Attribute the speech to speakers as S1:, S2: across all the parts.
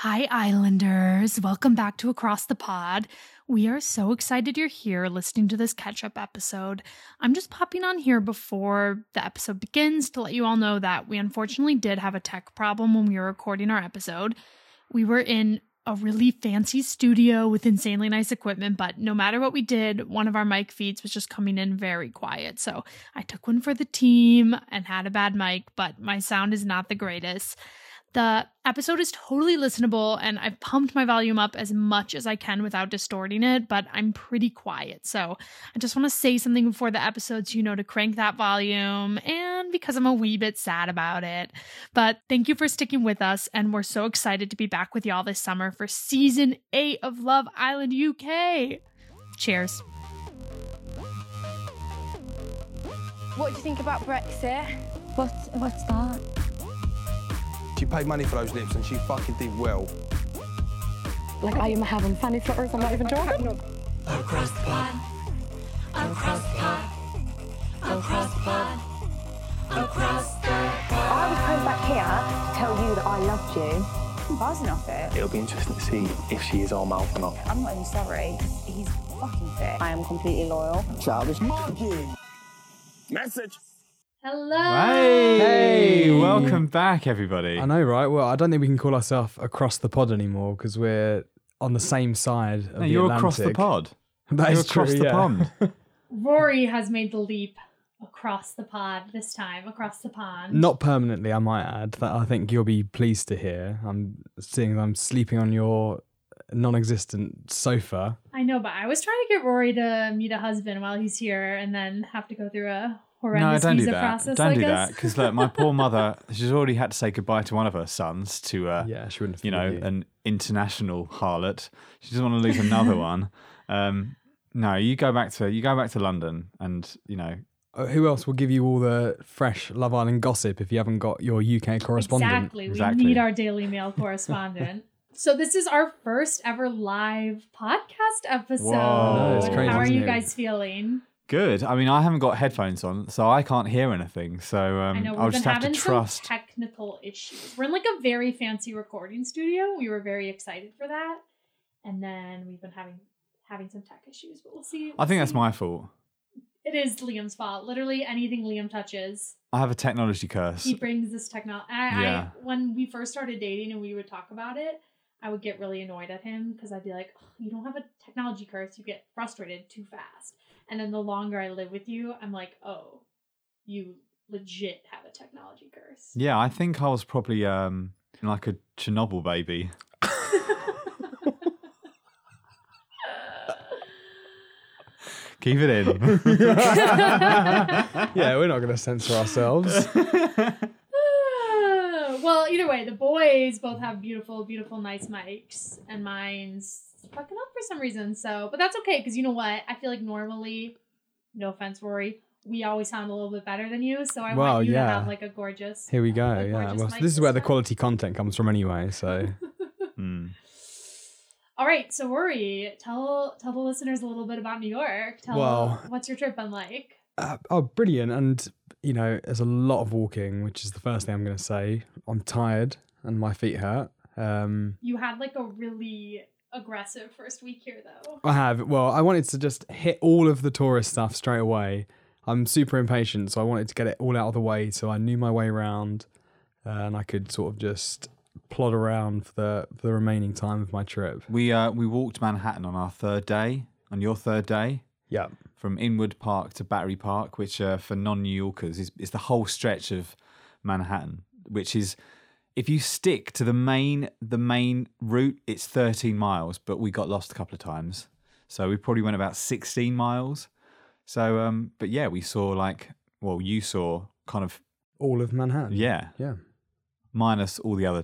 S1: Hi, Islanders. Welcome back to Across the Pod. We are so excited you're here listening to this catch up episode. I'm just popping on here before the episode begins to let you all know that we unfortunately did have a tech problem when we were recording our episode. We were in a really fancy studio with insanely nice equipment, but no matter what we did, one of our mic feeds was just coming in very quiet. So I took one for the team and had a bad mic, but my sound is not the greatest. The episode is totally listenable, and I've pumped my volume up as much as I can without distorting it, but I'm pretty quiet. So I just want to say something before the episode so you know to crank that volume, and because I'm a wee bit sad about it. But thank you for sticking with us, and we're so excited to be back with y'all this summer for season eight of Love Island UK. Cheers.
S2: What do you think about Brexit?
S3: What, what's that?
S4: She paid money for those lips and she fucking did well.
S2: Like I am having fanny flutters, I'm not even joking.
S5: Across the pond. Across the pond. Across the pond. Across the
S6: I was coming back here to tell you that I loved you. I'm buzzing off it.
S7: It'll be interesting to see if she is all mouth or not.
S6: I'm not even sorry. He's fucking fit. I am completely loyal.
S4: Childish monkey. Message.
S1: Hello.
S8: Hey, welcome back, everybody.
S9: I know, right? Well, I don't think we can call ourselves across the pod anymore because we're on the same side of
S8: No,
S9: the
S8: you're
S9: Atlantic.
S8: across the pod.
S9: That
S8: you're
S9: is true,
S8: across the
S9: yeah.
S8: pond.
S1: Rory has made the leap across the pod this time, across the pond.
S9: Not permanently, I might add. That I think you'll be pleased to hear. I'm seeing I'm um, sleeping on your non-existent sofa.
S1: I know, but I was trying to get Rory to meet a husband while he's here and then have to go through a
S8: no,
S1: horrendous
S8: don't do
S1: visa
S8: that.
S1: process
S8: Don't
S1: like
S8: do
S1: us.
S8: that. Because look, my poor mother, she's already had to say goodbye to one of her sons to, uh,
S9: Yeah, she wouldn't.
S8: you know,
S9: forgive
S8: an international harlot. She doesn't want to lose another one. Um, no, you go back to you go back to London, and you know,
S9: Uh, who else will give you all the fresh Love Island gossip if you haven't got your UK correspondent?
S1: Exactly.
S8: Exactly.
S1: We need our Daily Mail correspondent. so this is our first ever live podcast episode.
S8: Whoa.
S9: No, it's crazy,
S1: How are
S9: isn't
S1: you
S9: it?
S1: guys feeling?
S8: good. I mean, I haven't got headphones on, so I can't hear anything. So
S1: I
S8: um,
S1: know we've
S8: I'll
S1: been
S8: just have to
S1: having
S8: trust.
S1: some technical issues. We're in like a very fancy recording studio. We were very excited for that, and then we've been having having some tech issues. But we'll see.
S8: I think that's
S1: see.
S8: my fault.
S1: It is Liam's fault. Literally anything Liam touches.
S8: I have a technology curse.
S1: he brings this technology. I,
S8: Yeah.
S1: I when we first started dating and we would talk about it, I would get really annoyed at him because I'd be like, "Ugh, "You don't have a technology curse. You get frustrated too fast." And then the longer I live with you, I'm like, "Oh, you legit have a technology curse."
S8: Yeah, I think I was probably um like a Chernobyl baby. Keep it in.
S9: yeah, we're not going to censor ourselves.
S1: well, either way, the boys both have beautiful, beautiful, nice mics, and mine's fucking up for some reason. So, but that's okay because you know what? I feel like normally, no offense, Rory, we always sound a little bit better than you. So I
S9: Well,
S1: want you to
S9: yeah.
S1: have like a gorgeous.
S9: Here we go.
S1: a
S9: yeah.
S1: gorgeous
S9: Well,
S1: mic
S9: this is where the
S1: time.
S9: quality content comes from, anyway. So.
S8: Hmm.
S1: All right, so Rory, tell tell the listeners a little bit about New York. Tell
S9: Well-
S1: what's your trip been like?
S9: uh, oh brilliant and you know there's a lot of walking which is the first thing i'm going to say i'm tired and my feet hurt um
S1: You had like a really aggressive first week here, though.
S9: i have well i wanted to just hit all of the tourist stuff straight away i'm super impatient so i wanted to get it all out of the way so i knew my way around uh, and i could sort of just plod around for the for the remaining time of my trip
S8: We uh we walked Manhattan on our third day, on your third day,
S9: yeah
S8: from Inwood Park to Battery Park, which uh, for non-New Yorkers is is the whole stretch of Manhattan, which is if you stick to the main the main route, it's 13 miles, but we got lost a couple of times. So we probably went about 16 miles. So um but yeah, we saw like well, you saw kind of
S9: all of manhattan
S8: yeah,
S9: yeah
S8: minus all the other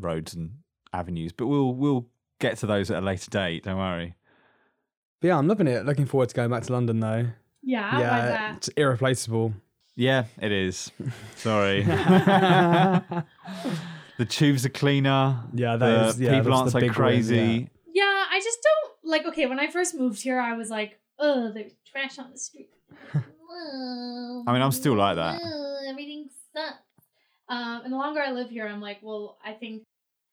S8: roads and avenues, but we'll we'll get to those at a later date, don't worry.
S9: but yeah i'm loving it looking forward to going back to london though
S1: Yeah, why's
S9: yeah
S1: that?
S9: it's irreplaceable
S8: Yeah, it is. Sorry. the tubes are cleaner.
S9: Yeah, that
S8: the
S9: is- yeah,
S8: people
S9: that's
S8: aren't
S9: the
S8: so
S9: big one,
S8: crazy.
S9: yeah.
S1: Yeah, I just don't like. Okay, when I first moved here, I was like, "Oh, there's trash on the street."
S8: I mean, I'm still like that.
S1: Ugh, everything sucks. Um, and the longer I live here, I'm like, well, I think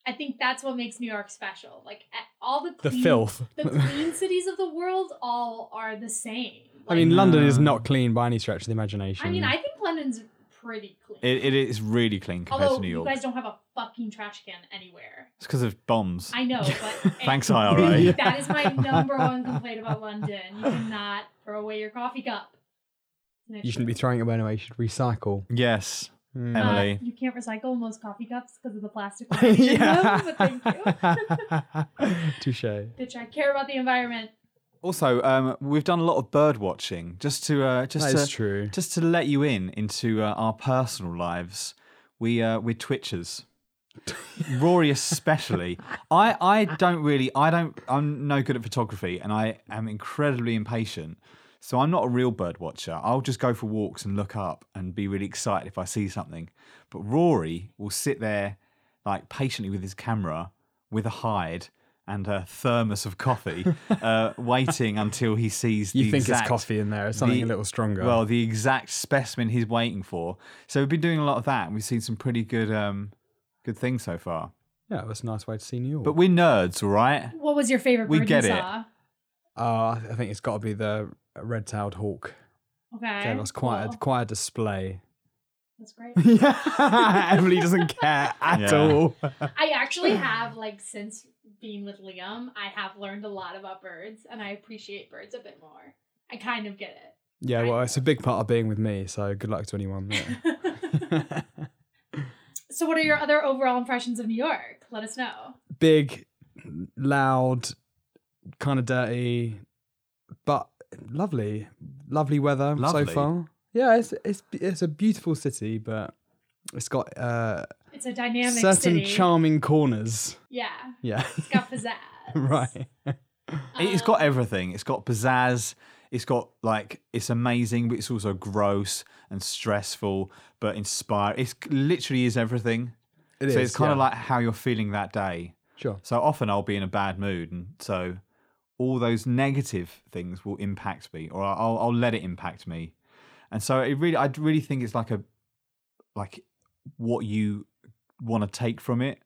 S1: I think that's what makes New York special. Like a- all the
S9: The
S1: clean,
S9: filth.
S1: the clean cities of the world all are the same.
S9: I
S1: Like,
S9: mean, London is
S8: No.
S9: not clean by any stretch of the imagination.
S1: I mean, I think London's pretty clean.
S8: It, it is really clean compared
S1: Although
S8: to New
S1: you
S8: York.
S1: guys don't have a fucking trash can anywhere.
S8: it's because of bombs.
S1: I know, but
S8: Thanks, IRA.
S9: Yeah.
S1: That is my number one complaint about London. You cannot throw away your coffee cup.
S9: you shouldn't be throwing it away. You should recycle.
S8: Yes.
S9: Mm.
S1: Uh,
S8: Emily.
S1: you can't recycle most coffee cups because of the plastic. packaging in them, but thank you.
S9: Touche.
S1: Bitch, I care about the environment.
S8: Also, um, we've done a lot of bird watching just to uh, just
S9: That
S8: to,
S9: is true.
S8: just to let you in into uh, our personal lives. We uh, we're twitchers. Rory especially. I I don't really I don't I'm no good at photography and I am incredibly impatient. So I'm not a real bird watcher. I'll just go for walks and look up and be really excited if I see something. But Rory will sit there like patiently with his camera with a hide and a thermos of coffee uh, waiting until he sees
S9: You
S8: the
S9: think
S8: exact-
S9: it's coffee in there? It's something
S8: the-
S9: a little stronger.
S8: well, the exact specimen he's waiting for. So we've been doing a lot of that, and we've seen some pretty good, um, good things so far.
S9: yeah, that's a nice way to see New York.
S8: But we're nerds, all right?
S1: What was your favorite
S8: We
S1: bird
S8: get
S1: you
S8: it.
S1: saw?
S9: Uh, I think it's got to be the red-tailed hawk.
S1: Okay.
S9: Gave us quite a,
S1: cool.
S9: quite a display.
S1: That's great.
S9: Emily doesn't care at
S8: Yeah.
S9: all.
S1: I actually have like since being with Liam, I have learned a lot about birds, and I appreciate birds a bit more. I kind of get
S9: Yeah, well, it's a big part of being with me. So good luck to anyone. yeah.
S1: it. so, what are your other overall impressions of New York? Let us know.
S9: big, loud, kind of dirty, but lovely, lovely weather
S8: Lovely.
S9: so far. Yeah, it's it's it's a beautiful city, but it's got uh,
S1: It's a dynamic
S9: certain
S1: city.
S9: charming corners.
S1: yeah,
S9: Yeah,
S1: it's got pizzazz.
S9: right.
S8: it's got everything. It's got pizzazz. It's got like it's amazing, but it's also gross and stressful, but inspiring. It's literally is everything.
S9: It
S8: so it's kind of
S9: yeah.
S8: like how you're feeling that day.
S9: sure.
S8: So often I'll be in a bad mood, and so all those negative things will impact me, or I'll, I'll let it impact me. And so it really, I really think it's like a, like what you want to take from it,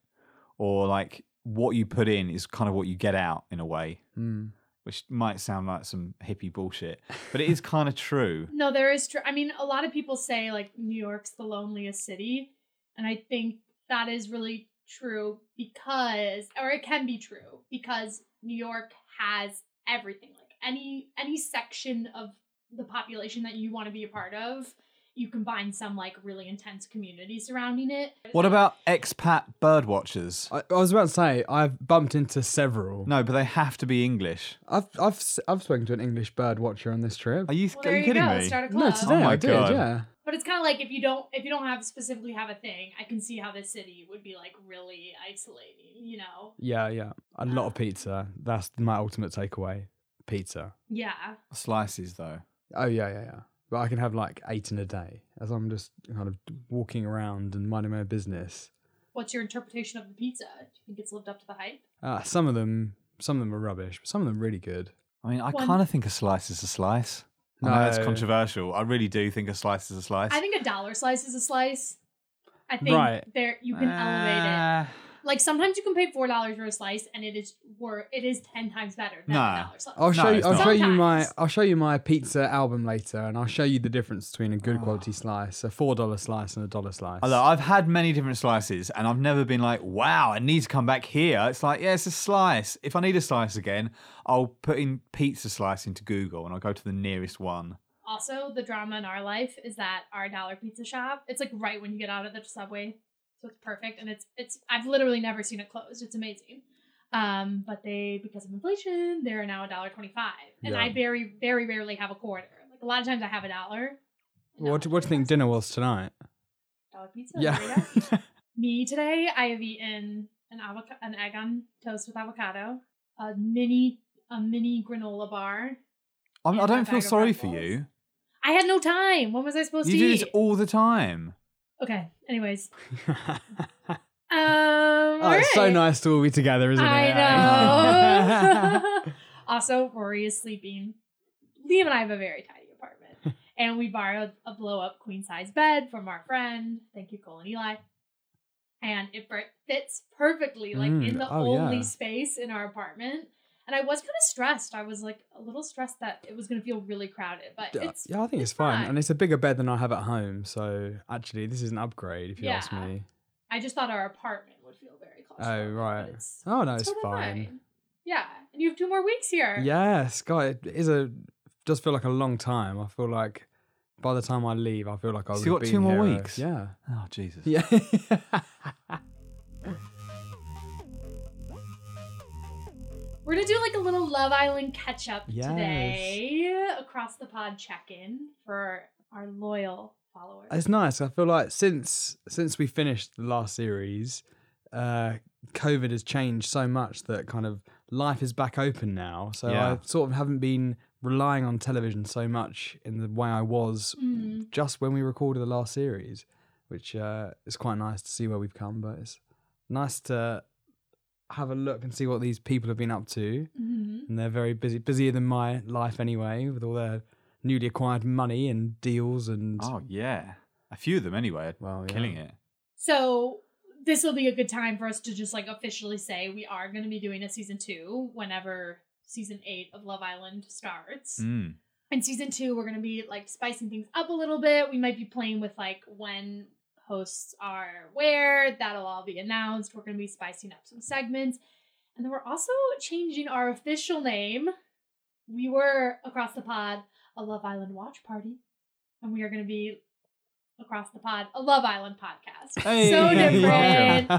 S8: or like what you put in is kind of what you get out in a way,
S9: Mm.
S8: which might sound like some hippie bullshit, but it is kind of true.
S1: No, there is. Tr- I mean, a lot of people say like New York's the loneliest city, and I think that is really true because, or it can be true because New York has everything. Like any any section of the population that you want to be a part of, you can find some like really intense community surrounding it.
S8: What about expat bird watchers?
S9: I, I was about to say I've bumped into several.
S8: No, but they have to be English.
S9: I've I've s- I've spoken to an English bird watcher on this trip.
S8: Are you,
S1: Well,
S8: are
S1: there
S8: you
S1: you
S8: kidding
S1: go.
S8: me?
S1: Start a club.
S9: no, today
S8: my
S9: I did.
S8: God.
S9: Yeah.
S1: But it's kind of like if you don't if you don't have specifically have a thing, I can see how this city would be like really isolating. You know?
S9: Yeah, yeah. A lot of pizza. That's my ultimate takeaway. Pizza.
S1: Yeah.
S8: Slices though.
S9: Oh yeah, yeah, yeah. But I can have like eight in a day as I'm just kind of walking around and minding my own business.
S1: What's your interpretation of the pizza? Do you think it's lived up to the hype?
S9: Uh, some of them, some of them are rubbish, but some of them really good.
S8: I mean, I
S1: One-
S8: kind of think a slice is a slice. I know that's
S9: No.
S8: controversial. I really do think a slice is a slice.
S1: I think a dollar slice is a slice. I think
S9: Right.
S1: there you can elevate
S8: Uh,
S1: it. Like sometimes you can pay four dollars for a slice, and it is wor- it is ten times better than
S8: No.
S1: a dollar slice.
S9: I'll
S8: No,
S9: show you.
S8: it's
S9: I'll
S8: not.
S9: show you my.
S1: Sometimes.
S9: I'll show you my pizza album later, and I'll show you the difference between a good quality slice, a four dollar slice, and a dollar slice.
S8: Ah. Although I've had many different slices and I've never been like, wow, I need to come back here. It's like, yeah, it's a slice. If I need a slice again, I'll put in pizza slice into Google and I'll go to the nearest one.
S1: Also, the drama in our life is that our dollar pizza shop. It's like right when you get out of the subway, so it's perfect, and it's it's. I've literally never seen it closed. It's amazing. Um, but they because of inflation, they're now a dollar twenty five, and
S9: Yeah.
S1: I very very rarely have a quarter. Like a lot of times, I have a dollar. and
S9: what,
S1: not
S9: what do you think
S1: much.
S9: dinner was tonight?
S1: Dollar pizza.
S9: Yeah.
S1: burrito. Me today, I have eaten an avocado, an egg on toast with avocado, a mini, a mini granola bar.
S8: I'm,
S1: And
S8: I
S1: a
S8: don't
S1: bag
S8: feel
S1: of
S8: sorry for
S1: Ruffles.
S8: you.
S1: I had no time. When was I supposed to
S8: You do
S1: eat?
S8: this all the time.
S1: okay. Anyways,
S9: oh,
S1: um,
S8: Oh,
S9: it's so
S1: alright.
S9: nice to all be together, isn't it?
S1: I know. also, Rory is sleeping. Liam and I have a very tidy apartment, and we borrowed a blow up queen size bed from our friend. Thank you, Cole and Eli. and it per- fits perfectly, like in
S9: Mm,
S1: the
S9: oh,
S1: only
S9: yeah.
S1: space in our apartment. And I was kind of stressed. I was like a little stressed that it was going to feel really crowded, but
S9: Yeah,
S1: it's
S9: yeah, I think it's, fine.
S1: fine.
S9: And it's a bigger bed than I have at home. So actually, this is an upgrade if you ask
S1: Yeah.
S9: me.
S1: I just thought our apartment would feel very claustrophobic.
S9: Oh, right.
S1: but it's-
S9: Oh, no, it's,
S1: totally
S9: fine.
S1: Yeah, and you have two more weeks here.
S9: Yes, God, it is a, does feel like a long time. I feel like by the time I leave, I feel like I'll
S8: So you got two more weeks?
S9: Yeah.
S8: Oh, Jesus.
S9: Yeah.
S1: We're gonna do like a little Love Island catch up
S9: Yes.
S1: today across the pod check in for our loyal followers.
S9: it's nice. I feel like since since we finished the last series, uh, COVID has changed so much that kind of life is back open now. So
S8: Yeah.
S9: I sort of haven't been relying on television so much in the way I was
S1: Mm.
S9: just when we recorded the last series, which uh, is quite nice to see where we've come. But it's nice to have a look and see what these people have been up to.
S1: Mhm.
S9: And they're very busy, busier than my life anyway, with all their newly acquired money and deals and.
S8: Oh, yeah. A few of them, anyway, are
S9: Well, yeah.
S8: killing it.
S1: So this will be a good time for us to just like officially say we are gonna be doing a season two whenever season eight of Love Island starts.
S8: Mm.
S1: In season two, we're gonna be like spicing things up a little bit. We might be playing with like when hosts are where. That'll all be announced. We're gonna be spicing up some segments, and then we're also changing our official name. We were across the pod a Love Island watch party, and we are gonna be across the pod a Love Island podcast. So different.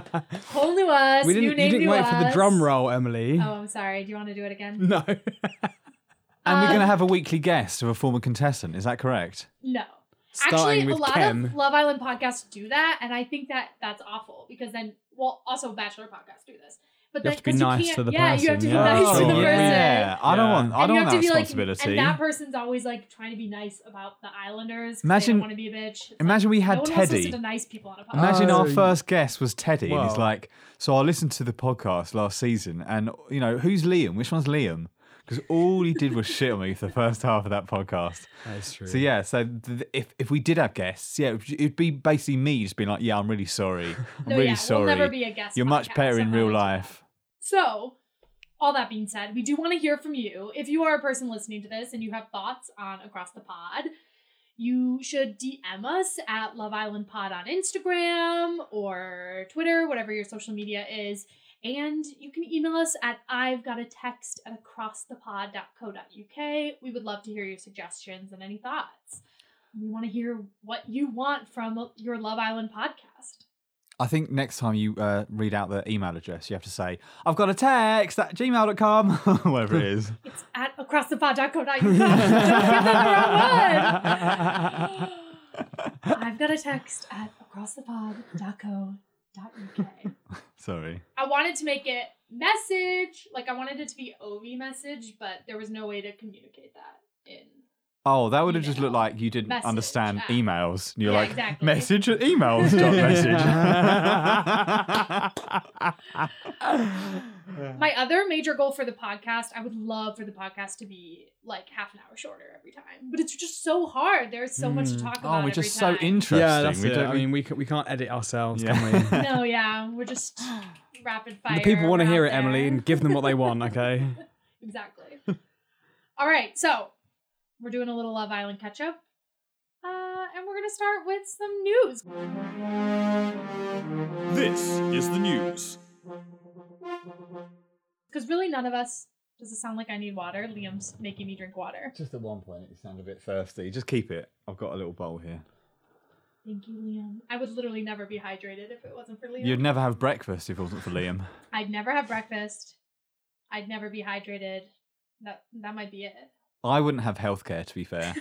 S1: Whole new us.
S9: we didn't,
S1: new
S9: you
S1: name,
S9: didn't
S1: new
S9: wait for the
S1: us.
S9: drum roll, Emily.
S1: Oh, I'm sorry. Do you want to do it again?
S9: No.
S8: And we're going to
S1: Um,
S8: have a weekly guest of a former contestant. Is that correct?
S1: No.
S9: Starting
S1: Actually,
S9: with
S1: a lot
S9: Kem.
S1: of Love Island podcasts do that, and I think that that's awful because then, well, also Bachelor podcasts do this. But
S9: You
S1: then,
S9: have to be
S1: 'cause
S9: nice
S1: can't-
S9: to the
S1: yeah, you have to be
S9: person, yeah.
S1: nice to the
S9: Oh,
S1: person.
S8: Yeah. I don't
S1: And you
S8: want. I don't
S9: Yeah.
S1: have
S8: want
S1: to
S8: that
S1: be like,
S8: responsibility.
S1: and that person's always like trying to be nice about the Islanders. 'cause they
S8: Imagine-
S1: don't want to be a bitch. It's
S8: imagine we
S1: like,
S8: had
S1: no one wants to
S8: Teddy.
S1: listen to nice people on a podcast.
S8: Imagine
S9: Oh,
S8: our
S9: yeah.
S8: first guest was Teddy, and he's
S9: Well.
S8: like, "So I listened to the podcast last season, and you know who's Liam? Which one's Liam? Because all he did was shit on me for the first half of that podcast.
S9: That's true.
S8: So yeah, so th- if if we did have guests, yeah, it'd- it'd be basically me just being like, "Yeah, I'm really sorry. I'm
S1: No,
S8: really
S1: yeah,
S8: sorry.
S1: We'll never be a guest.
S8: You're much
S1: podcast,
S8: better
S1: so
S8: in
S1: how
S8: real
S1: much-
S8: life."
S1: So, all that being said, we do want to hear from you. If you are a person listening to this and you have thoughts on Across the Pod, you should DM us at Love Island Pod on Instagram or Twitter, whatever your social media is. And you can email us at I've got a text at acrossthepod.co.uk. We would love to hear your suggestions and any thoughts. We want to hear what you want from your Love Island podcast.
S8: I think next time you uh, read out the email address, you have to say, "I've got a text at gmail.com," whatever it is.
S1: It's at acrossthepod.co.uk. Don't give them the wrong one. I've got a text at acrossthepod.co.uk.
S8: Sorry.
S1: I wanted to make it message, like I wanted it to be OV message, but there was no way to communicate that in.
S8: Oh, that would have just
S1: Email.
S8: looked like you didn't
S1: Message.
S8: understand
S1: Ah.
S8: emails. And you're
S1: Yeah,
S8: like,
S1: exactly.
S8: message at emails. dot message.
S1: My other major goal for the podcast, I would love for the podcast to be like half an hour shorter every time, but it's just so hard. There's so much to
S9: Mm.
S1: talk about.
S8: oh, we're
S1: every
S8: just so
S1: time.
S8: interesting.
S9: Yeah, that's
S8: we
S9: it.
S8: don't-
S9: I mean, we, can, we can't edit ourselves,
S8: Yeah.
S9: can we?
S1: No, yeah, we're just rapid fire.
S9: the people want to
S1: we're
S9: hear
S1: out
S9: it, Emily,
S1: there.
S9: and give them what they want, okay?
S1: Exactly. All right, so we're doing a little Love Island catch up. Uh, and we're going to start with some news.
S10: This is the news.
S1: Because really, none of us. Does it sound like I need water? Liam's making me drink water.
S8: just at one point, you sound a bit thirsty. Just keep it. I've got a little bowl here.
S1: Thank you, Liam. I would literally never be hydrated if it wasn't for Liam.
S8: You'd never have breakfast if it wasn't for Liam.
S1: I'd never have breakfast. I'd never be hydrated. That that might be it.
S8: I wouldn't have healthcare, to be fair.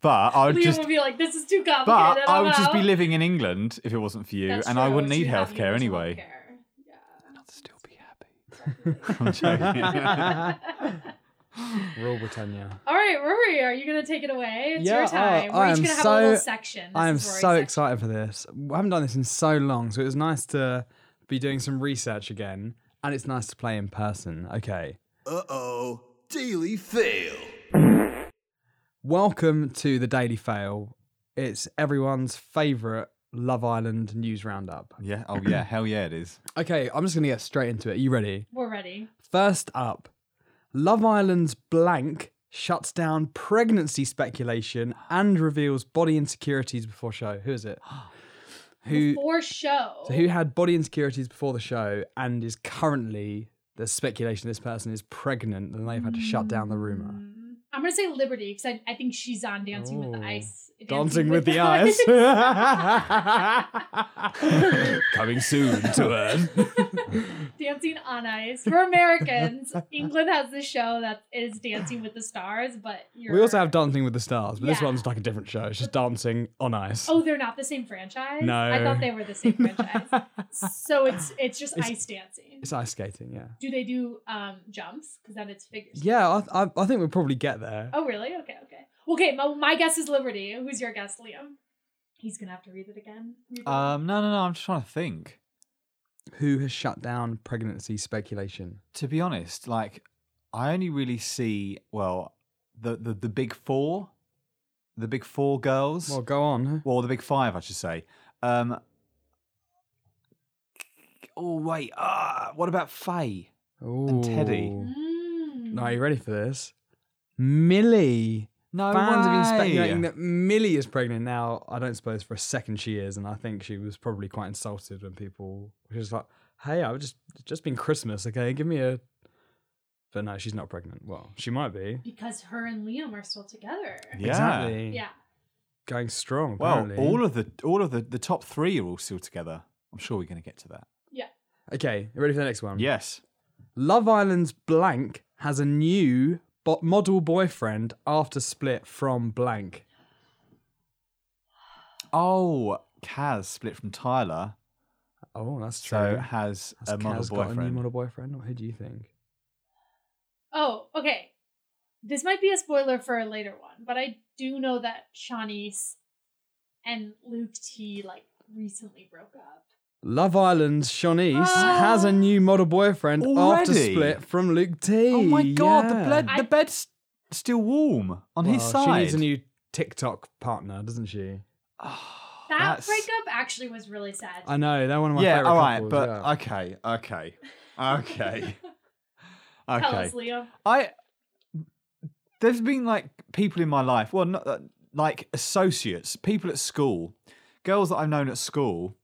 S8: But I would
S1: Liam
S8: just
S1: would be like, "This is too complicated."
S8: But I
S1: I'm
S8: would just be
S1: out."
S8: living in England if it wasn't for you,
S1: That's
S8: and I
S1: true,
S8: wouldn't
S1: so
S8: need
S1: you'd have
S8: healthcare
S1: universal
S8: anyway.
S1: healthcare. Yeah.
S8: I'd still be happy. I'm joking.
S9: Rule Britannia.
S1: All right, Rory, are you gonna take it away? It's
S9: Yeah,
S1: your time.
S9: I-
S1: We're
S9: I
S1: each
S9: am
S1: gonna have a little
S9: so-
S1: section.
S9: I am
S1: This is Rory's
S9: so
S1: section.
S9: excited for this. I haven't done this in so long, so it was nice to be doing some research again, and it's nice to play in person. Okay.
S10: Uh oh, daily fail.
S9: Welcome to the Daily Fail. It's everyone's favourite Love Island news roundup.
S8: Yeah. Oh, yeah. Hell yeah, it is.
S9: Okay, I'm just going to get straight into it. You ready?
S1: We're ready.
S9: First up, Love Island's blank shuts down pregnancy speculation and reveals body insecurities before show. Who is it? Who
S1: Before show.
S9: so who had body insecurities before the show and is currently there's speculation this person is pregnant and they've had to shut down the rumor.
S1: Mm. I'm gonna say Liberty because I, I think she's on Dancing with the
S9: Ooh.
S1: Ice.
S9: Oh. Dancing with the eyes. Coming soon to Earth.
S1: Dancing on Ice for Americans. England has this show that is Dancing with the Stars, but you're...
S9: We also have Dancing with the Stars, but this
S1: Yeah.
S9: one's like a different show. It's just Dancing on Ice.
S1: Oh, they're not the same franchise.
S9: No.
S1: I thought they were the same franchise. so it's it's just
S9: It's-
S1: ice dancing.
S9: It's ice skating, yeah.
S1: Do they do um jumps? Because then it's figures.
S9: Yeah, I, I, I think we'll probably get there.
S1: Oh, really? Okay, okay. Okay, my, my guess is Liberty. Who's your guess, Liam? He's gonna have to read it again.
S9: Uh,
S8: Um, no, no, no. I'm just trying to think.
S9: Who has shut down pregnancy speculation?
S8: To be honest, like I only really see well the the, the big four, the big four girls.
S9: Well, go on.
S8: Well, the big five, I should say. Um, oh wait, ah, what about Faye?
S9: Ooh.
S8: Teddy.
S1: Mm-hmm. Hmm.
S9: No, are you ready for this? Millie.
S8: No
S9: Fans have been
S8: way.
S9: speculating that Millie is pregnant now. I don't suppose for a second she is, and I think she was probably quite insulted when people she was like, "Hey, I've just it's just been Christmas, okay? Give me a." But no, she's not pregnant. Well, she might be.
S1: Because her and Liam are still together.
S8: Yeah.
S9: Exactly.
S1: Yeah.
S9: Going strong.
S8: Well,
S9: Apparently.
S8: all of the all of the the top three are all still together. I'm sure we're going to get to that.
S9: Okay, you ready for the next one?
S8: Yes.
S9: Love Island's blank has a new bo- model boyfriend after split from blank.
S8: Oh, Kaz split from Tyler,
S9: Oh, that's true.
S8: so has
S9: Has
S8: a model
S9: Kaz
S8: boyfriend.
S9: Got a new model boyfriend. Who do you think?
S1: Oh, okay. This might be a spoiler for a later one, but I do know that Shawnice and Luke T like recently broke up.
S9: Love Island's Shawnice
S1: Ah!
S9: has a new model boyfriend after
S8: Already?
S9: split from Luke T.
S8: Oh my god,
S9: Yeah.
S8: the bed
S1: I-
S8: the bed's still warm on his side.
S9: Well, She needs a new TikTok partner, doesn't she?
S1: That
S8: That's-
S1: breakup actually was really sad.
S9: I know they're one of my
S8: yeah,
S9: favorite
S8: all right,
S9: couples,
S8: but
S9: yeah.
S8: okay, okay, okay,
S1: Tell
S8: okay.
S1: us, Liam.
S8: I there's been like people in my life, well, not uh, like associates, people at school, girls that I've known at school,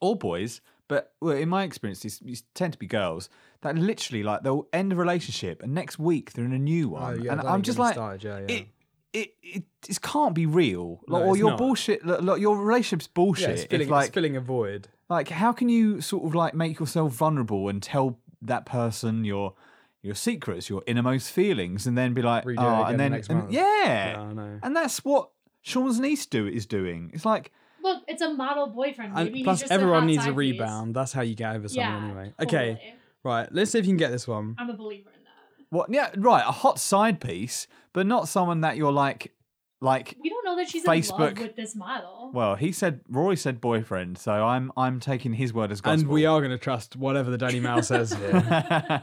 S8: or boys, but well, in my experience, these, these tend to be girls that literally like they'll end a relationship and next week they're in a new
S9: Oh,
S8: one,
S9: yeah,
S8: and
S9: don't
S8: I'm
S9: even
S8: just
S9: get me
S8: like,
S9: started, yeah, yeah.
S8: it, it, it, it can't be real,
S9: No,
S8: like, or
S9: it's
S8: your
S9: not.
S8: bullshit, like, like, your relationship's
S9: yeah,
S8: bullshit.
S9: it's
S8: if,
S9: filling, it's
S8: like,
S9: filling a void.
S8: like how can you sort of like make yourself vulnerable and tell that person your your secrets your innermost feelings and then be like
S9: Redo it
S8: "Ah,"
S9: again
S8: and
S9: the
S8: then
S9: next
S8: and-
S9: month.
S8: yeah
S9: Yeah, I know.
S8: and that's what Sean's niece do is doing it's like
S1: Look, it's a model boyfriend. Maybe
S9: And
S1: he's
S9: plus,
S1: just
S9: everyone
S1: hot
S9: needs a
S1: side piece.
S9: rebound. That's how you get over someone,
S1: Yeah,
S9: anyway.
S1: totally.
S9: Okay, right. Let's see if you can get this one.
S1: I'm a believer in that.
S8: what yeah right a hot side piece but not someone that you're like like
S1: We don't know that she's in
S8: Facebook.
S1: love with this model.
S8: well he said Rory said boyfriend so I'm I'm taking his word as gospel
S9: And we are going to trust whatever the Daily Mail says here.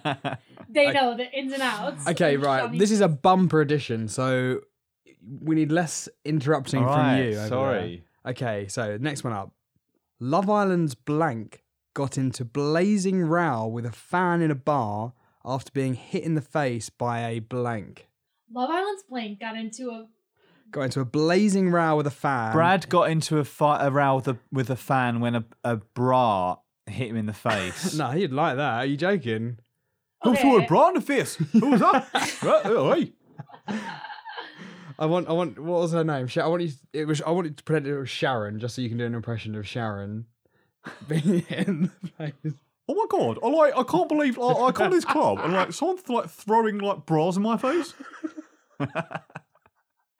S1: they know the ins and outs.
S9: Okay,
S1: of
S9: right.
S1: Shawnee.
S9: This is a bumper edition, so we need less interrupting
S8: All right,
S9: from you. over
S8: sorry.
S9: there. Okay, so next one up. Love Island's blank got into blazing row with a fan in a bar after being hit in the face by a blank.
S1: Love Island's blank got into a
S9: Got into a blazing row with a fan.
S8: Brad got into a fight a row with a, with a fan when a, a bra hit him in the face
S9: No, he'd like that. Are you joking?
S8: Who
S1: threw a
S8: bra in the face? Who was that?
S9: I want, I want. What was her name? Sha- I want you. It was. I wanted to pretend it was Sharon, just so you can do an impression of Sharon being hit in the face.
S8: Oh my god! I like. I can't believe I, I come to this club and like someone's like throwing like bras in my face.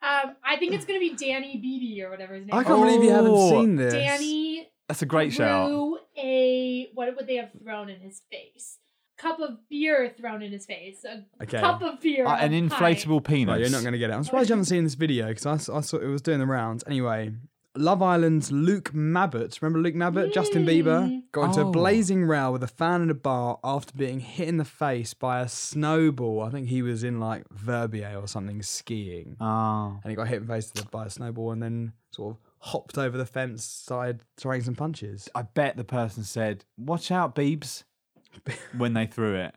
S1: Um, I think it's gonna be Danny Beebe or whatever his name.
S9: I
S1: is.
S9: can't believe you haven't
S8: Oh,
S9: seen this.
S1: Danny
S8: That's a great shout.
S1: threw a what would they have thrown in his face? Cup of beer thrown in his face. A
S9: Okay.
S1: cup of beer.
S8: Uh, an
S1: a pint.
S8: inflatable penis.
S9: Right, you're not going to get it. I'm surprised you haven't seen this video because I, s- I saw it was doing the rounds. Anyway, Love Island's Luke Mabbitt. Remember Luke Mabbitt? Justin Bieber got into
S8: Oh.
S9: a blazing row with a fan in a bar after being hit in the face by a snowball. I think he was in like Verbier or something skiing,
S8: Oh.
S9: and he got hit in the face with- by a snowball and then sort of hopped over the fence, started throwing some punches.
S8: I bet the person said, "Watch out, Beebs," when they threw it.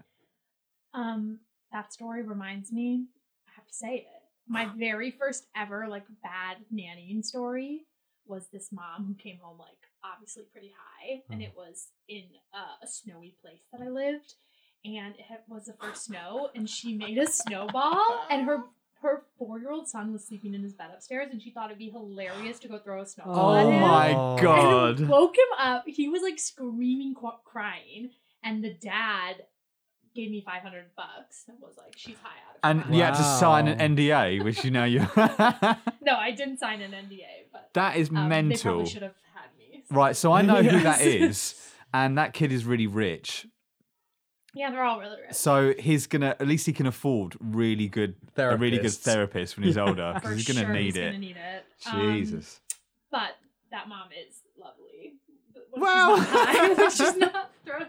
S1: Um, that story reminds me. I have to say it. My very first ever like bad nannying story was this mom who came home like obviously pretty high, and it was in uh, a snowy place that I lived, and it had- was the first snow, and she made a snowball, and her her four year old son was sleeping in his bed upstairs, and she thought it'd be hilarious to go throw a snowball at
S8: Oh
S1: him.
S8: my
S1: And
S8: God.
S1: woke him up. He was like screaming, qu- crying, and the dad gave me five hundred bucks and was like, "She's high out of
S8: And you had to
S9: Wow.
S8: sign an NDA, which you know you.
S1: No, I didn't sign an NDA, but
S8: that is
S1: um, They
S8: mental.
S1: probably should have had me.
S8: Right, so I know who that
S1: Yes.
S8: is, and that kid is really rich.
S1: Yeah, they're all really rich.
S8: So he's gonna at least he can afford really good a really good
S9: Therapists.
S8: therapist when he's
S9: Yeah.
S8: older
S1: For
S8: because he's gonna
S1: sure
S8: need
S1: he's
S8: it.
S1: gonna need it. Um,
S8: Jesus.
S1: But that mom is lovely. When
S8: Well-
S1: she's not, high, when she's not throwing.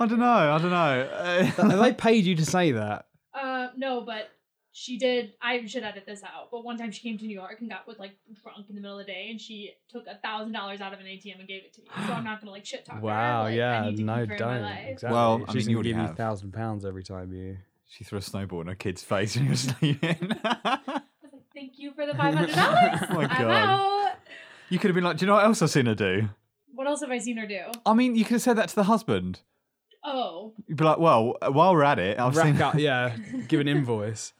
S8: I don't know. I don't know.
S9: Have they paid you to say that?
S1: Uh, no, but she did. I should edit this out. But one time she came to New York and got with like drunk in the middle of the day, and she took a thousand dollars out of an ATM and gave it to me. So I'm not gonna like shit talk. her.
S9: Wow,
S1: Like, I
S9: yeah,
S1: need to
S9: no,
S1: keep her in my
S9: don't.
S1: life.
S9: Exactly.
S8: Well, I mean, you
S9: She's going to
S8: already
S9: give you
S8: have.
S9: thousand pounds every time you.
S8: she threw a snowball in her kid's face when he was sleeping.
S1: I was like, Thank you for the five hundred dollars.
S8: Oh my
S1: I'm
S8: God.
S1: out.
S8: you could have been like, "Do you know what else I've seen her do?"
S1: What else have I seen her do?
S8: I mean, you could have said that to the husband.
S1: Oh,
S8: You'd be like, "Well, while we're at it, I've
S9: Rack
S8: seen."
S9: up, yeah. Give an invoice.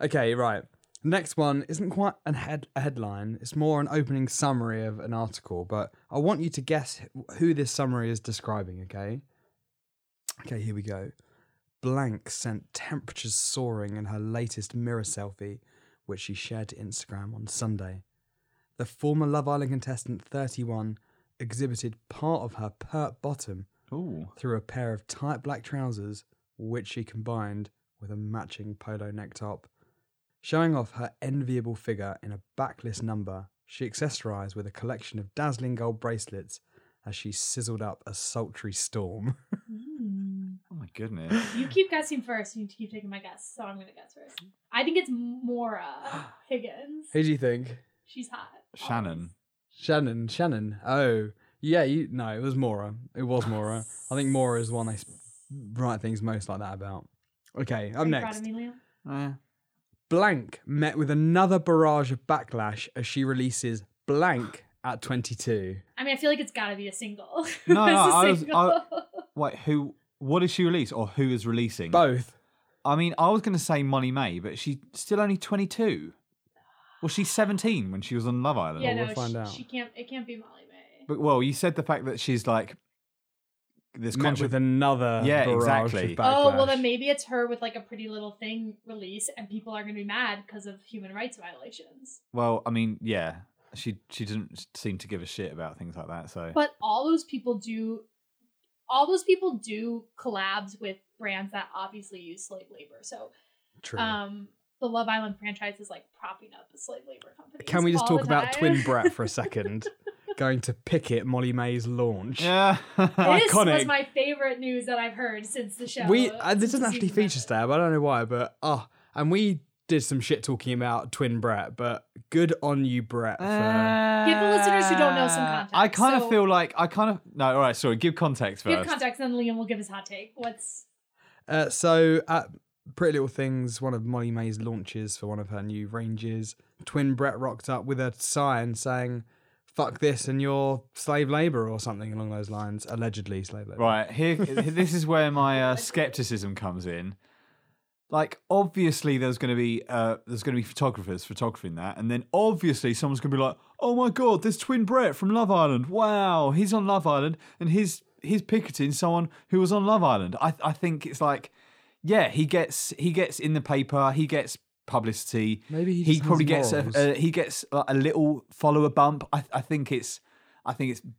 S9: Okay, right. Next one isn't quite an head, a headline. It's more an opening summary of an article, but I want you to guess who this summary is describing, okay? Okay, here we go. Blank sent temperatures soaring in her latest mirror selfie, which she shared to Instagram on Sunday. The former Love Island contestant 31 exhibited part of her pert bottom
S8: Ooh.
S9: through a pair of tight black trousers, which she combined with a matching polo neck top. Showing off her enviable figure in a backless number, she accessorized with a collection of dazzling gold bracelets as she sizzled up a sultry storm.
S8: Oh my goodness.
S1: You keep guessing first. You keep taking my guess, so I'm gonna guess first. I think it's Mora Higgins.
S9: Who do you think?
S1: She's hot.
S8: Shannon.
S9: Shannon, Shannon. Oh, yeah, you no, it was Mora. It was Mora. I think Mora is the one they s- write things most like that about. Okay,
S1: Are
S9: I'm
S1: you proud
S9: next.
S1: of me, Liam?
S9: Blank met with another barrage of backlash as she releases Blank at 22.
S1: I mean, I feel like it's gotta be a single.
S8: No, no,
S1: It's a
S8: I was-
S1: single.
S9: uh,
S8: I- Wait, who? What is she release or who is releasing?
S9: Both.
S8: I mean, I was going to say Molly May, but she's still only 22. Was she 17 when she was on Love Island?
S1: yeah,
S9: Well,
S1: no,
S9: we'll find
S1: she,
S9: out.
S1: she can't. It can't be Molly May.
S8: But well, you said the fact that she's like this
S9: met with
S8: contra-
S9: another
S8: Yeah,
S9: barrage
S8: exactly.
S9: of backlash.
S1: Oh well, then maybe it's her with like a pretty little thing release, and people are gonna be mad because of human rights violations.
S8: Well, I mean, yeah, she she doesn't seem to give a shit about things like that. So
S1: But all those people do, all those people do collabs with brands that obviously use slave labor. So
S9: True.
S1: um the Love Island franchise is like propping up the slave labor company.
S9: Can we just talk about Twin Brat for a second? Going to picket Molly May's launch.
S8: yeah,
S1: this was
S9: Iconic.
S1: my favorite news that I've heard since the show.
S9: We uh,
S1: since
S9: this doesn't
S1: the
S9: actually
S1: season
S9: feature
S1: pilot.
S9: Stab. I don't know why, but oh, and we did some shit talking about Twin Brett, but good on you, Brett. For,
S8: Uh,
S1: Give the listeners who don't know some context.
S8: I kind
S1: So-
S8: of feel like I kind of no. All right, sorry. Give context first.
S1: Give context, then Liam will give his hot take. What's
S9: Uh, so at Pretty Little Things, one of Molly May's launches for one of her new ranges, Twin Brett rocked up with a sign saying, "Fuck this and you're slave labor" or something along those lines. Allegedly slave labor.
S8: Right here, this is where my uh, skepticism comes in. Like, obviously, there's going to be uh, there's going to be photographers photographing that, and then obviously, someone's going to be like, "Oh my god, there's twin Brett from Love Island! Wow, he's on Love Island, and he's he's picketing someone who was on Love Island." I I think it's like, yeah, he gets he gets in the paper, he gets publicity.
S9: Maybe he just has
S8: probably gets a,
S9: morals.
S8: a he gets like, a little follower bump. I I think it's I think it's kind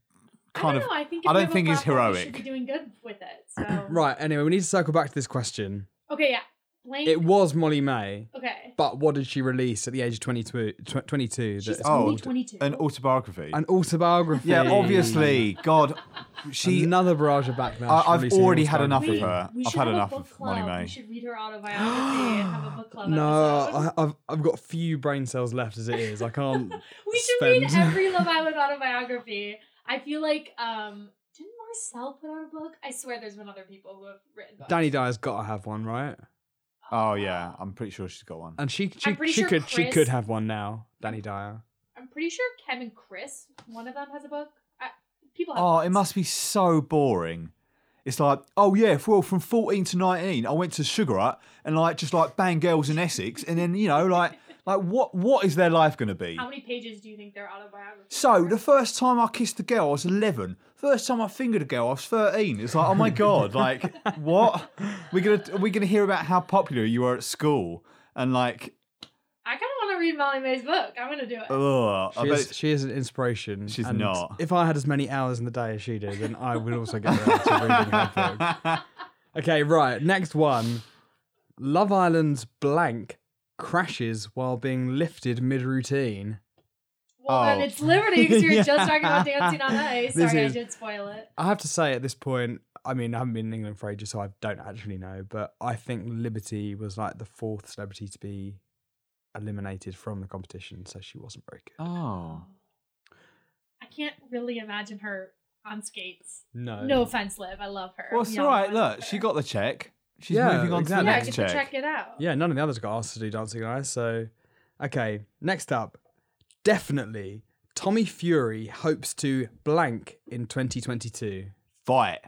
S1: I don't
S8: of
S1: know. I think if
S8: I
S1: we have
S8: don't
S1: a
S8: think it's
S1: platform, we
S8: heroic.
S1: should be doing good with it. So
S9: Right. Anyway, we need to circle back to this question.
S1: okay, yeah. Blank.
S9: It was Molly May.
S1: okay.
S9: But what did she release at the age of 22? 22
S1: She's only 22.
S8: An autobiography.
S9: An autobiography.
S8: Yeah, obviously. God, she.
S9: Another barrage of back
S8: I- I've already had enough
S1: We,
S8: of her.
S1: we
S8: I've
S1: should
S8: had
S1: have
S8: enough
S1: a book
S8: of
S1: club.
S8: Molly
S1: We
S8: May.
S1: should read her autobiography and have a book club.
S9: No,
S1: episode.
S9: I, I've, I've got few brain cells left as it is. I can't.
S1: we should read
S9: spend-
S1: every Love Island autobiography. I feel like um didn't Marcel put out a book? I swear there's been other people who have written books.
S9: Danny Dyer's got to have one, right?
S8: Oh yeah, I'm pretty sure she's got one.
S9: And she she,
S1: pretty
S9: she
S1: sure
S9: could she
S1: Chris-
S9: could have one now. Danny Dyer.
S1: I'm pretty sure Kevin Chris, one of them has a book. I, people have
S8: Oh,
S1: books.
S8: it must be so boring. It's like, oh yeah, well, from 14 to 19, I went to Sugarite and like just like bang girls in Essex, and then you know, like, like what what is their life gonna be?
S1: How many pages do you think their autobiography?
S8: So the first time I kissed a girl, I was 11. First time I fingered a girl, I was 13. It's like, oh my god, like what? We're gonna we're gonna hear about how popular you were at school, and like,
S1: I kind of want to read Molly May's book. I'm gonna do it.
S8: Oh. ugh, I
S9: She
S8: bet
S9: is, she is an inspiration.
S8: She's
S9: and
S8: not.
S9: If I had as many hours in the day as she did, then I would also get around to reading her book. Okay, right. Next one. Love Island's blank crashes while being lifted mid routine.
S1: well, then
S8: oh.
S1: it's Liberty because you were
S9: Yeah.
S1: just talking about dancing on ice.
S9: This
S1: Sorry,
S9: is-
S1: I did spoil it.
S9: I have to say at this point, I mean, I haven't been in England for ages, so I don't actually know, but I think Liberty was like the fourth celebrity to be eliminated from the competition, so she wasn't very good.
S8: Oh,
S1: I can't really imagine her on skates.
S9: No.
S1: No offense, Liv. I love her.
S8: well, it's
S1: Yeah,
S8: all right.
S1: I love
S8: Look,
S1: her.
S8: she got the check. She's
S9: Yeah,
S8: moving on
S1: Yeah,
S9: exactly.
S8: to the
S1: I
S8: next
S1: get
S8: check.
S1: to check it out.
S9: Yeah, none of the others got asked to do Dancing on Ice. So, okay, next up, definitely Tommy Fury hopes to blank in 2022.
S8: Fight,